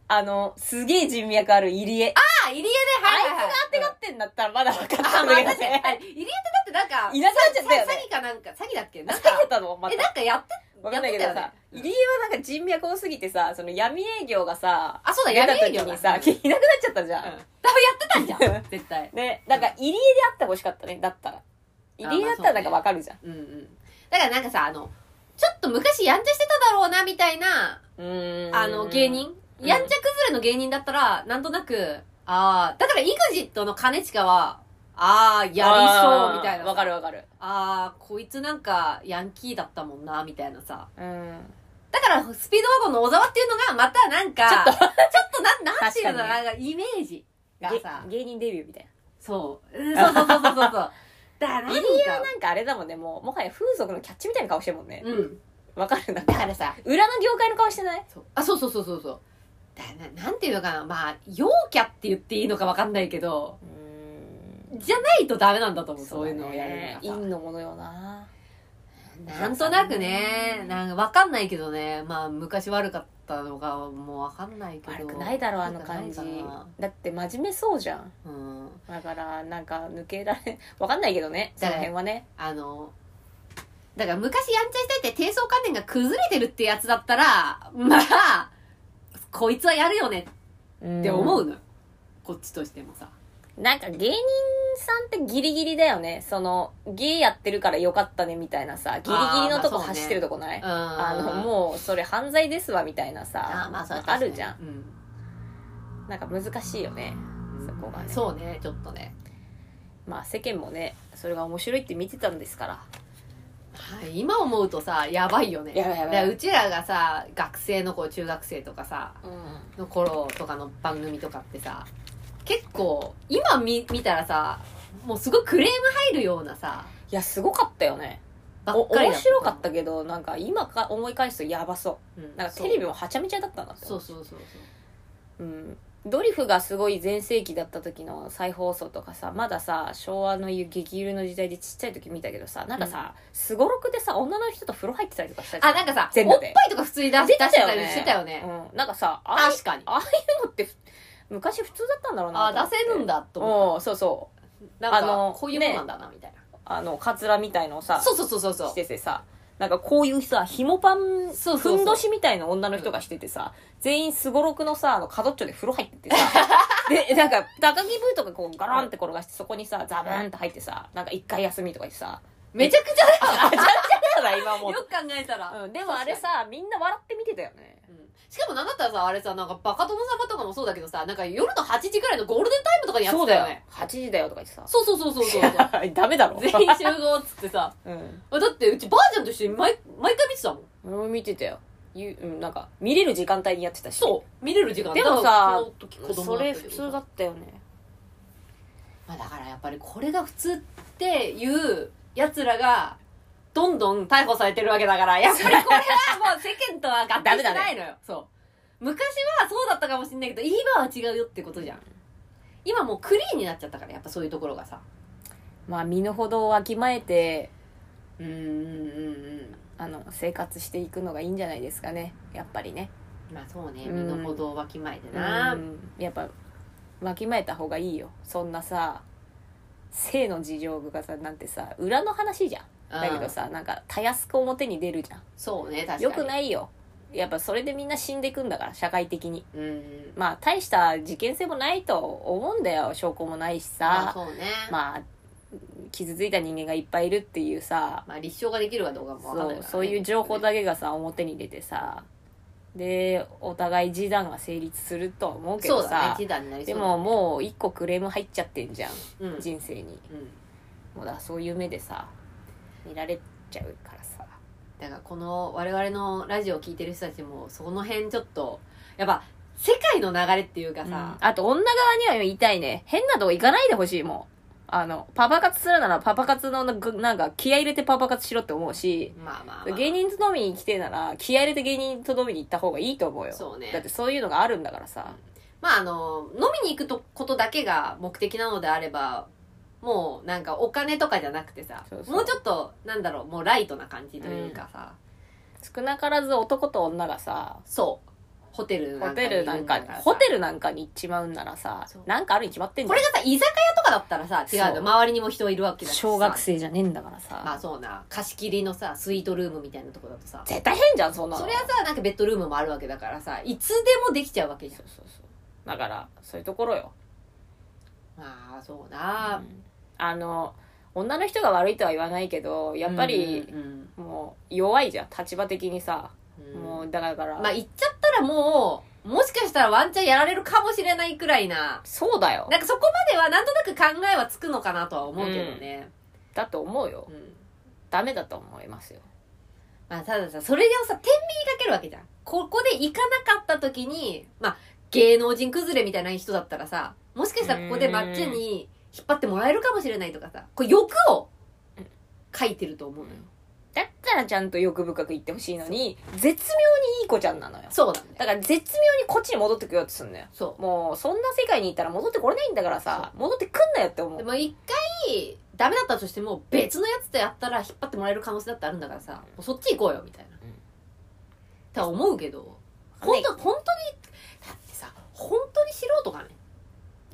あのすげえ人脈ある入江ああ入江ねはいはいはいいつが当てがってんだったらまだ分かっあたんまだけどあ確かにねあ入江ってだってなんかいなくなっちゃったよね詐欺かなんか詐欺だっけな何んかやったのまたえなんかやってわかんないけどやってたよさね、入江はなんか人脈多すぎてさ、その闇営業がさ、あそうだ出た闇時営業だにさ、いなくなっちゃったじうん、多ゃ分やん。ってたんじゃん 絶対ね、なんか入江であってほしかったね、だったら。入江だったらなんかわかるじゃん。うんうんだからなんかさあのちょっと昔やんちゃしてただろうなみたいなうーんあの、芸人、うんやんちゃ崩れの芸人だったら、なんとなく、ああ、だから、イグジットの兼近は、ああ、やりそう、みたいあーな。わかる。わかる。ああ、こいつなんか、ヤンキーだったもんな、みたいなさ。うん。だから、スピードワゴンの小沢っていうのが、またなんか、ちょっと、ちょっとな、なんていうの、確かなんか、イメージがさ、芸芸人デビューみたいそう。うんそうそうそうそう そう。だから、なんな。か入、江はなんかあれだもんね、もう、もはや風俗のキャッチみたいな顔してるもんね。うん。わかるな。だからさ、裏の業界の顔してないそうあ、そうそうそうそうそう。だからな、なんていうのかな、まあ、陽キャって言っていいのかわかんないけど、うーん。じゃないとダメなんだと思う、そういうのをやる陰のがさのものよな。なんとなくね、なんかわかんないけどね、まあ昔悪かったのがもうわかんないけど。悪くないだろ、あの感じ。だって真面目そうじゃん。うん。だからなんか抜けられわかんないけどねその辺はねあの、だから昔やんちゃしてて低層観念が崩れてるってやつだったら、まあ、こいつはやるよねっって思うのよ。こっちとしてもさ。なんか芸人さんってギリギリだよねその芸やってるからよかったねみたいなさギリギリのとこあーまあそうね走ってるとこない、うん。あのもうそれ犯罪ですわみたいなさあーまあそれは確かあにるじゃんなんか難しいよねうん。そこがねそうね、ちょっとね。まあ世間もねそれが面白いって見てたんですからはい今思うとさやばいよねやばいやばいだからうちらがさ学生の頃中学生とかさうんの頃とかの番組とかってさ結構今見見たらさもうすごいクレーム入るようなさいやすごかったよねばおっかり面白かったけどなんか今か思い返すとやばそうた、うんなんかテレビもはちゃめちゃだったんだってそうそうそうそううん、ドリフがすごい全盛期だった時の再放送とかさまださ昭和のいう激ゆるの時代でちっちゃい時見たけどさなんかさすごろくでさ女の人と風呂入ってたりとかしたじゃあなんかさお全っ部ぱでいとか普通に出出し出してたよたねりしてたよねうん、なんかさああいう確かにのって昔普通だったんだろうなあ出せるんだだと思っおそうそうたなんあかのこういうもんなんだなみたいあのカツラみたいのをなさそうそうそうそうそうしててさなんかこういうさ紐パンそうそうそうふんどしみたいな女の人がしててさ全員すごろくのさあの角っちょで風呂入 っててさでなんか高木ブーとかこうガロンって転がしてそこにさザブーンって入ってさなんか一回休みとか言ってさめちゃくちゃあちゃっちゃだよな今もよく考えたら、うん、でもあれさみんな笑って見てたよねうんしかもなんだったらさ、あれさ、なんかバカ殿様とかもそうだけどさ、なんか夜の8時くらいのゴールデンタイムとかにやってたよね。 8時だよとか言ってさそうそうそうそうそ うそう。ダメだろ全 員集合っつってさ。うんだってうちばあちゃんと一緒に毎毎回見てたもん。俺も見てたよゆうん、なんか見れる時間帯にやってたしそう。見れる時間でもさだからその時子供そだれったけ普ど通だったよねまあだからやっぱりこれが普通っていう奴らが、どんどん逮捕されてるわけだから、やっぱりこれはもう世間とは合致してないのよ。そう。昔はそうだったかもしれないけど、今は違うよってことじゃん。今もうクリーンになっちゃったから、やっぱそういうところがさ。まあ身の程をわきまえてうんうんうんうんあの生活していくのがいいんじゃないですかねやっぱりねまあそうねうん身の程をわきまえてな、うんやっぱわきまえた方がいいよそんなさ性の事情がさなんてさ裏の話じゃんだけどさなんかたやすく表に出るじゃんそうね確かによくないいよやっぱそれでみんな死んでいくんだから社会的にうんまあ大した事件性もないと思うんだよ証拠もないしまあさそうねまあ、まあ傷ついた人間がいっぱいいるっていうさ立証ができるかどうかもわかんないから、ね、そうそういう情報だけがさ表に出てさでお互い示談が成立するとは思うけそどうだねさ、示談になりそでうだももう一個クレーム入っちゃってんじゃんうん、うん、人生にもうだからそういう目でさ見られちゃうからさだからこの我々のラジオを聞いてる人たちもその辺ちょっとやっぱ世界の流れっていうかさ、あと女側には言いたいね。変なとこ行かないでほしいもん。あの、パパ活するならパパ活のなんかなんか気合い入れてパパ活しろって思うし、まあまあ、まあ、芸人と飲みに来てなら気合い入れて芸人と飲みに行った方がいいと思うよ。そうねだってそういうのがあるんだからさ。まああの飲みに行くとことだけが目的なのであればもうなんかお金とかじゃなくてさそうそうもうちょっとなんだろうもうライトな感じというかさ、少なからず男と女がさ、そうホテルホなんかテルなんか、ホテルなんかに行っちまうんならさそう、なんかあるに決まってんこだれよ。がさ居酒屋とかだったらさ違うのそう周りにも人いるわけだしさ小学生じゃねえんだからさ。まあそうな貸し切りのさスイートルームみたいなとこだとさ絶対変じゃん、そんなの。それはさなんかベッドルームもあるわけだからさいつでもできちゃうわけじゃそうそうそう。だから、そういうところよ。んまあそうな、あの女の人が悪いとは言わないけどやっぱりうんうんもう弱いじゃん立場的にさ、うんもうだからまあ言っちゃったらもうもしかしたらワンチャンやられるかもしれないくらいなそうだよなんかそこまではなんとなく考えはつくのかなとは思うけどね、だと思うようんダメだと思いますよまあ、たださそれでもさ天秤にかけるわけじゃんここで行かなかった時にまあ芸能人崩れみたいな人だったらさもしかしたらここでマッチョに引っ張ってもらえるかもしれないとかさこう欲を書いてると思うのよだったらちゃんと欲深く言ってほしいのに絶妙にいい子ちゃんなのよそうなんだよだから絶妙にこっちに戻ってくようとすんのよそもうそんな世界にいたら戻ってこれないんだからさ戻ってくんなよって思う。でうも一回、ダメだったとしても、別のやつとやったら引っ張ってもらえる可能性だってあるんだからさ、もうそっち行こうよ、みたいな。うんとは思うけど、ね本当、本当に、だってさ、本当に素人がね、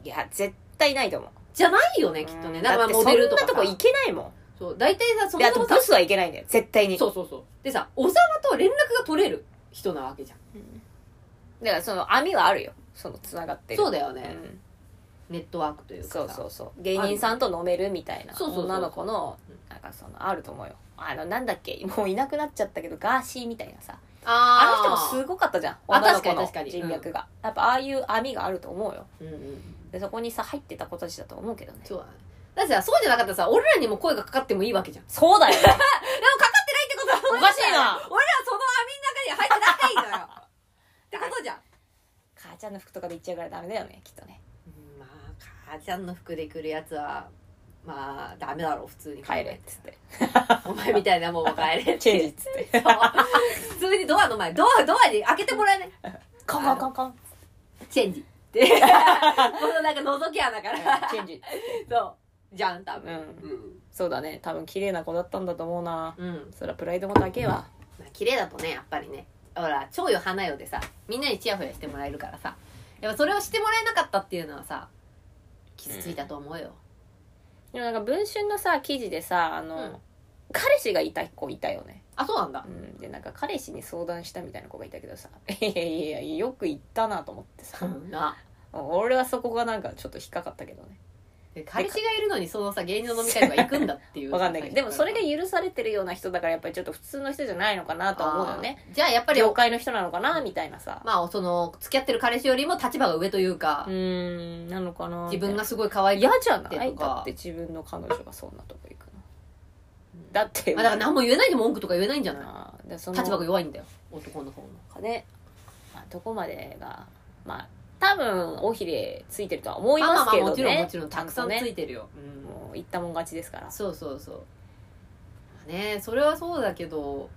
いや絶対ないと思うじゃないよね、きっとね。だかだらってモそんデルとなかさ。とこ行けないもそう、大体さ、そんもであそともブさ、スはいけないんだよ絶対にそうそうそう。でさ、小沢と連絡が取れる人なわけじゃん。だからその網はあるよそのつながってるそうだよね。うんネットワークというかさ。そうそうそう芸人さんと飲めるみたいなそうそうそう女の子のなんかそのあると思うよあのなんだっけもういなくなっちゃったけどガーシーみたいなさああーの人もすごかったじゃんあ女の子確かにの確かに人脈が、やっぱああいう網があると思うようんうん。でそこにさ入ってた子たちだと思うけどねそうだね。だってさ、そうじゃなかったらさ、俺らにも声がかかってもいいわけじゃん。そうだよねでもかかってないってことはおかしいな俺らその網の中に入って ないのよってことじゃん 母ちゃんの服とかで行っちゃうからダメだよねきっとねまあ母ちゃんの服で来るやつはまあダメだろう普通に帰れっつってお前みたいなもんは帰 れ っチェンジてっつってそう普通にドアの前ドアドアに開けてもらえないコンコンコンコンチ ェンジってこのなんか覗き穴から チェンジそうじゃん多う分んんそうだね多分綺麗な子だったんだと思うなうんそりゃプライドもだけはまあ綺麗だとねやっぱりねほら蝶よ花よでさみんなにチヤホヤしてもらえるからさやっぱそれをしてもらえなかったっていうのはさ傷ついたと思うよ、でもなんか文春のさ記事でさあの、うん彼氏がいた子いたよね、あそうなんだうん、でなんか彼氏に相談したみたいな子がいたけどさ 「いやいやいやよく行ったな」と思ってさ、な俺はそこがなんかちょっと引っかかったけどねで彼氏がいるのにそのさ芸人の飲み会とか行くんだっ ていうわかんないけどでもそれが許されてるような人だからやっぱりちょっと普通の人じゃないのかなとは思うよねあーじゃあやっぱり業界の人なのかなみたいなさまあその付き合ってる彼氏よりも立場が上というかう、ーんなのかな自分がすごい可愛い嫌じゃないとかだって自分の彼女がそんなとこ行くのだってまあ、だから何も言えないでも文句とか言えないんじゃないあーでその立場が弱いんだよ男の方のかね、まあ、どこまでがまあ多分尾ひれついてるとは思いますけどねもちろんもちろんたくさんつちゃといねてるよ、うんもう行ったもん勝ちですからそうそうそうまあねそれはそうだけど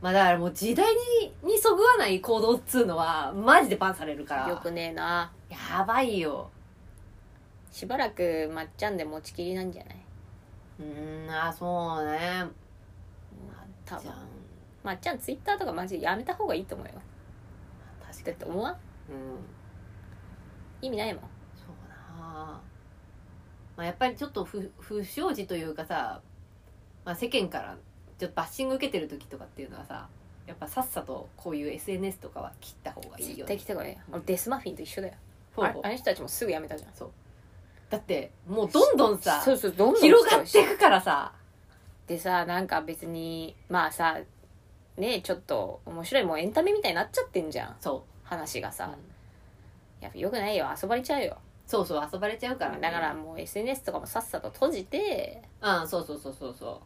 まあだからもう時代ににそぐわない行動っつうのはマジでバンされるからよくねえなやばいよしばらくまっちゃんで持ちきりなんじゃないうーんあそうね多じ分ゃんまっちゃんツイッターとかマジでやめた方がいいと思うよ確かだにって思わんうん意味ないもんそうだなまあやっぱりちょっと不不祥事というかさ、まあ、世間からちょっとバッシング受けてる時とかっていうのはさやっぱさっさとこういう SNS とかは切った方がいい絶よ対ね来てこれ俺デスマフィンと一緒だよほうあほうあの人たちもすぐやめたじゃんだってもうどんどんさそうそうどんどん広が来っちゃてうしいくからさでさなんか別にまあさねちょっと面白いもうエンタメみたいになっちゃってんじゃんそう話がさ、うんやっぱよくないよ遊ばれちゃうよそうそう遊ばれちゃうから、ね、だからもう SNS とかもさっさと閉じてうんそうそうそうそうそ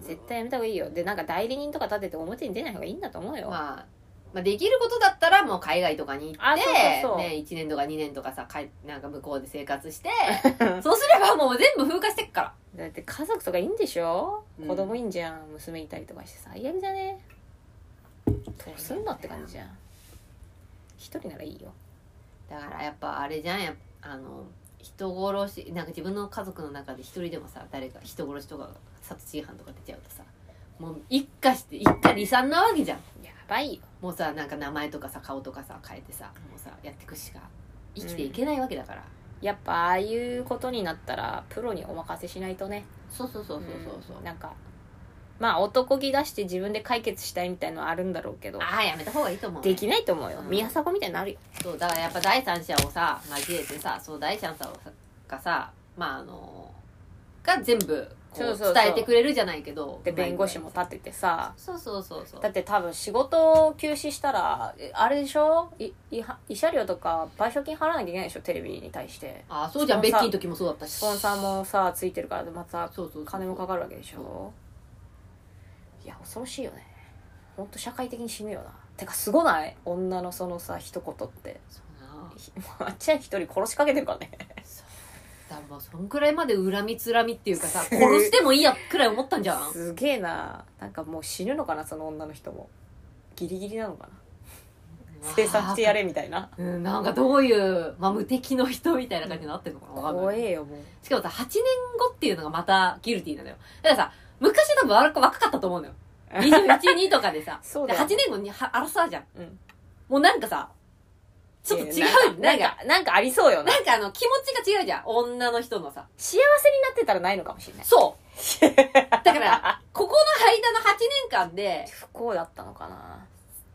絶対やめた方がいいよでなんか代理人とか立てて表に出ない方がいいんだと思ううよ、まあまあ、できることだったらもう海外とかに行あっそてうそうそうね、1年とか2年とかさ帰なんか向こうで生活して そうすればもう全部風化してっからだって家族とかいいんでしょ、うん子供いいんじゃん娘いたりとかして最悪じゃねどうすんのって感じじゃん一人ならいいよだからやっぱあれじゃんやっぱあの人殺しなんか自分の家族の中で一人でもさ誰か人殺しとか殺人犯とか出ちゃうとさもう一家して一家離散なわけじゃんやばいよもうさなんか名前とかさ顔とかさ変えてさもうさやってくしか生きていけないわけだから、やっぱああいうことになったらプロにお任せしないとねそうそうそうそうそうそう、んなんかまあ男気出して自分で解決したいみたいのはあるんだろうけどああやめた方がいいと思うできないと思うようん宮迫みたいになるよそうだからやっぱ第三者をさ交えてさその第三者をさがさまああのが全部こそうそうそうう伝えてくれるじゃないけどで弁護士も立ててさそうそうそうそうだって多分仕事を休止したらえあれでしょい違反慰謝料とか賠償金払わなきゃいけないでしょテレビに対してああそうじゃスポんベンッサーキーの時もそうだったしスポンサーもさついてるからまたそうそうそう金もかかるわけでしょいや恐ろしいよねほんと社会的に死ぬよなてかすごない女のそのさ一言ってそうだなひまっちゃん一人殺しかけてるからねだからもうそんくらいまで恨みつらみっていうか さ殺してもいいやくらい思ったんじゃんすげえななんかもう死ぬのかなその女の人もギリギリなのかな生産してやれみたいなうん、なんかどういう、まあ、無敵の人みたいな感じになってるのかなわかんない怖えよもうしかもさ、8年後っていうのがまたギルティーなのよ。だからさ、昔多分若若かったと思うのよ。21、2とかでさ。 そうだよで8年後にはアラサーじゃん。うんもうなんかさ、ちょっと違うよ、いやななんんか、かなんかありそうよななんかあの、気持ちが違うじゃん。女の人のさ。幸せになってたらないのかもしれないそう。だから、ここの間の8年間で、不幸だったのかな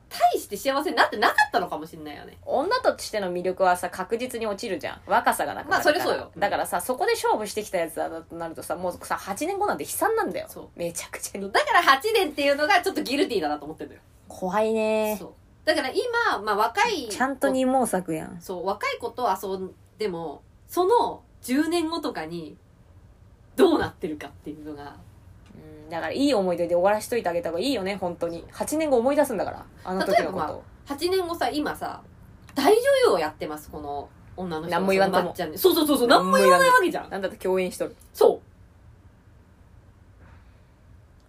大して幸せになってなかったのかもしれないよね。女としての魅力はさ確実に落ちるじゃん若さがなくなるから、まあそれそうよだからさそこで勝負してきたやつだとなるとさもうさ8年後なんて悲惨なんだよそうめちゃくちゃにだから8年っていうのがちょっとギルティーだなと思ってるのよ。怖いねそう。だから今、まあ若い。ちゃんと二毛作やんそう、若い子と遊んでも、その10年後とかに、どうなってるかっていうのが、うんだからいい思い出で終わらしといてあげた方がいいよね本当に8年後思い出すんだからあの時のこ例えばと8年後さ、今さ、大女優をやってます、この女の人。何も言わんともそのまっちゃんにそうそうそうそう、何も言わないわけじゃん。なんだって共演しとるそう。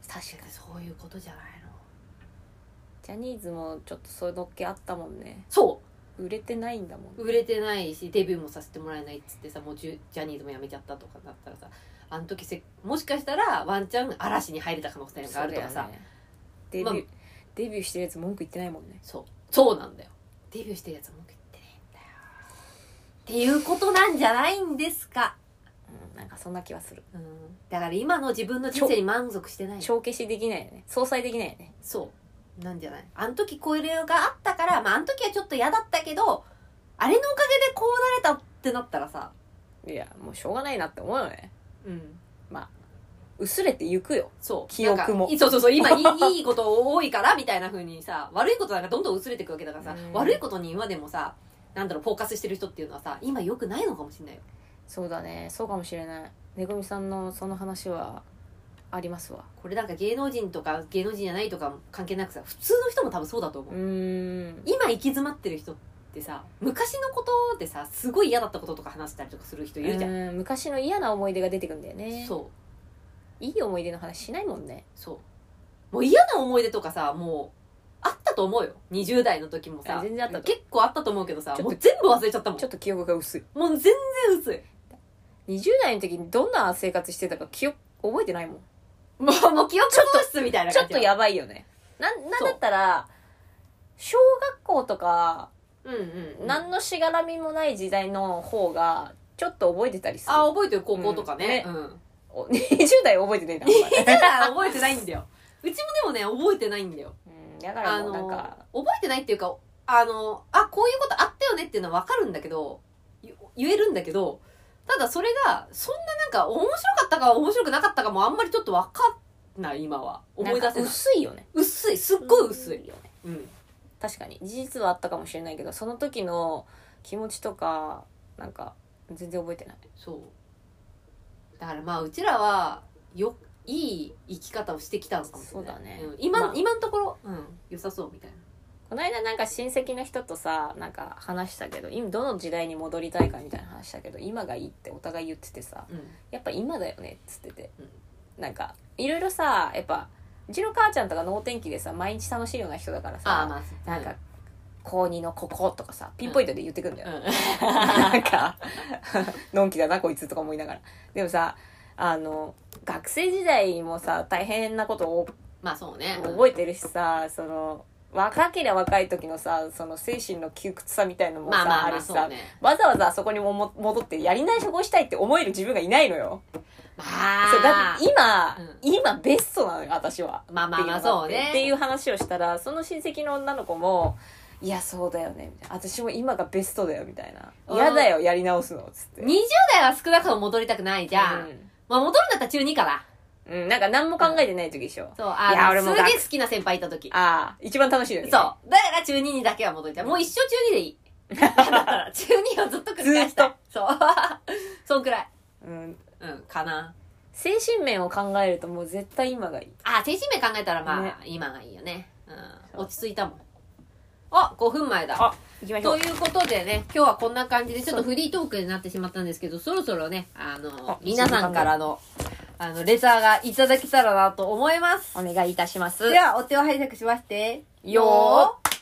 確かにそういうことじゃないの。ジャニーズもちょっとそういうのっけあったもんねそ売れてないんだもんう。売れてないし、デビューもさせてもらえないっつってさ、もうジュジャニーズも辞めちゃったとかなったらさ、あの時せ、もしかしたらワンチャン嵐に入れた可能性があるとかさそうだよ、ねデビュー、まあデビューしてるやつ文句言ってないもんねそうそうなんだよデビューしてるやつも食ってねえんだよっていうことなんじゃないんですかうんなんかそんな気はするうんだから今の自分の人生に満足してない帳消しできないよね相殺できないよねそうなんじゃないあの時これがあったからまああの時はちょっと嫌だったけどあれのおかげでこうなれたってなったらさいやもうしょうがないなって思うよねうん薄れていくよそう記憶もなんかそうそうそう今いいいいこと多いからみたいな風にさ悪いことなんかどんどん薄れていくわけだからさうん悪いことに今でもさなんだろうフォーカスしてる人っていうのはさ今良くないのかもしれないよそうだねそうかもしれないねぐみさんのその話はありますわこれなんか芸能人とか芸能人じゃないとかも関係なくさ普通の人も多分そうだと思うう、ーん今行き詰まってる人ってさ昔のことでさすごい嫌だったこととか話したりとかする人いるじゃん、うん昔の嫌な思い出が出てくんだよねそういい思い出の話しないもんねそうもう嫌な思い出とかさもうあったと思うよ20代の時もさあ全然あったと結構あったと思うけどさちょっともう全部忘れちゃったもんちょっと記憶が薄いもう全然薄い20代の時にどんな生活してたか記憶覚えてないもんもうもう記憶喪失みたいなちょ感っじとやばいよねなんなんだったら小学校とかうんうん何のしがらみもない時代の方がちょっと覚えてたりするあ覚えてる高校とかね,、ううん お20代 覚えてないなお前ただ覚えてないんだようちもでもね覚えてないんだようんだからもうなんか、覚えてないっていうかあのあこういうことあったよねっていうのは分かるんだけどゆ言えるんだけどただそれがそんななんか面白かったか面白くなかったかもあんまりちょっと分かな今は思い出せなんなかい薄いよね薄いすっごい薄いよねうん確かに事実はあったかもしれないけどその時の気持ちとかなんか全然覚えてないそうだからまあうちらはよいい生き方をしてきたのかもしれないそうだねん今、まあ今のところ、うん、良さそうみたいなこの間なんか親戚の人とさなんか話したけど今どの時代に戻りたいかみたいな話したけど今がいいってお互い言っててさうんやっぱ今だよねっつってて、うんなんかいろいろさやっぱうちの母ちゃんとか能天気でさ毎日楽しいような人だからさああまあなんか高2のこことかさピンポイントで言ってくんだよ、うん なんか、のんきだな、こいつとか思いながら。でもさ、あの、学生時代もさ、大変なことをまあそうね覚えてるしさ、その、若ければ若い時のさ、その精神の窮屈さみたいのもまさ、あまああまあるしそうさ、ねわざわざあそこにもも戻ってやりない職をしたいって思える自分がいないのよ。まそうだあって今、うん今ベストなのよ、私は。まあまあまあっていうのがそっうてねっていう話をしたら、その親戚の女の子も、いや、そうだよね、みたいな。私も今がベストだよ、みたいな。うん嫌だよ、やり直すの、つって。 20代は少なくとも戻りたくないじゃん、まあ戻るんだったら中2からうん、うん、なんか何も考えてない時でしょ、そういやあ俺のもす学げえ好きな先輩いた時ああ一番楽しいよそうねだから中2にだけは戻りたいもう一生中2でいいだから中2をずっと繰り返したいそう そんくらい うん、うんかな精神面を考えるともう絶対今がいいあ精神面考えたらまあ、ね今がいいよね、うそん、う落ち着いたもんあ5分前だあ行きまということでね、今日はこんな感じで、ちょっとフリートークになってしまったんですけど、そろそろね、あの、あ皆さんからの、あの、レターがいただけたらなと思います。お願いいたしますでは、お手を拝借しまして、よー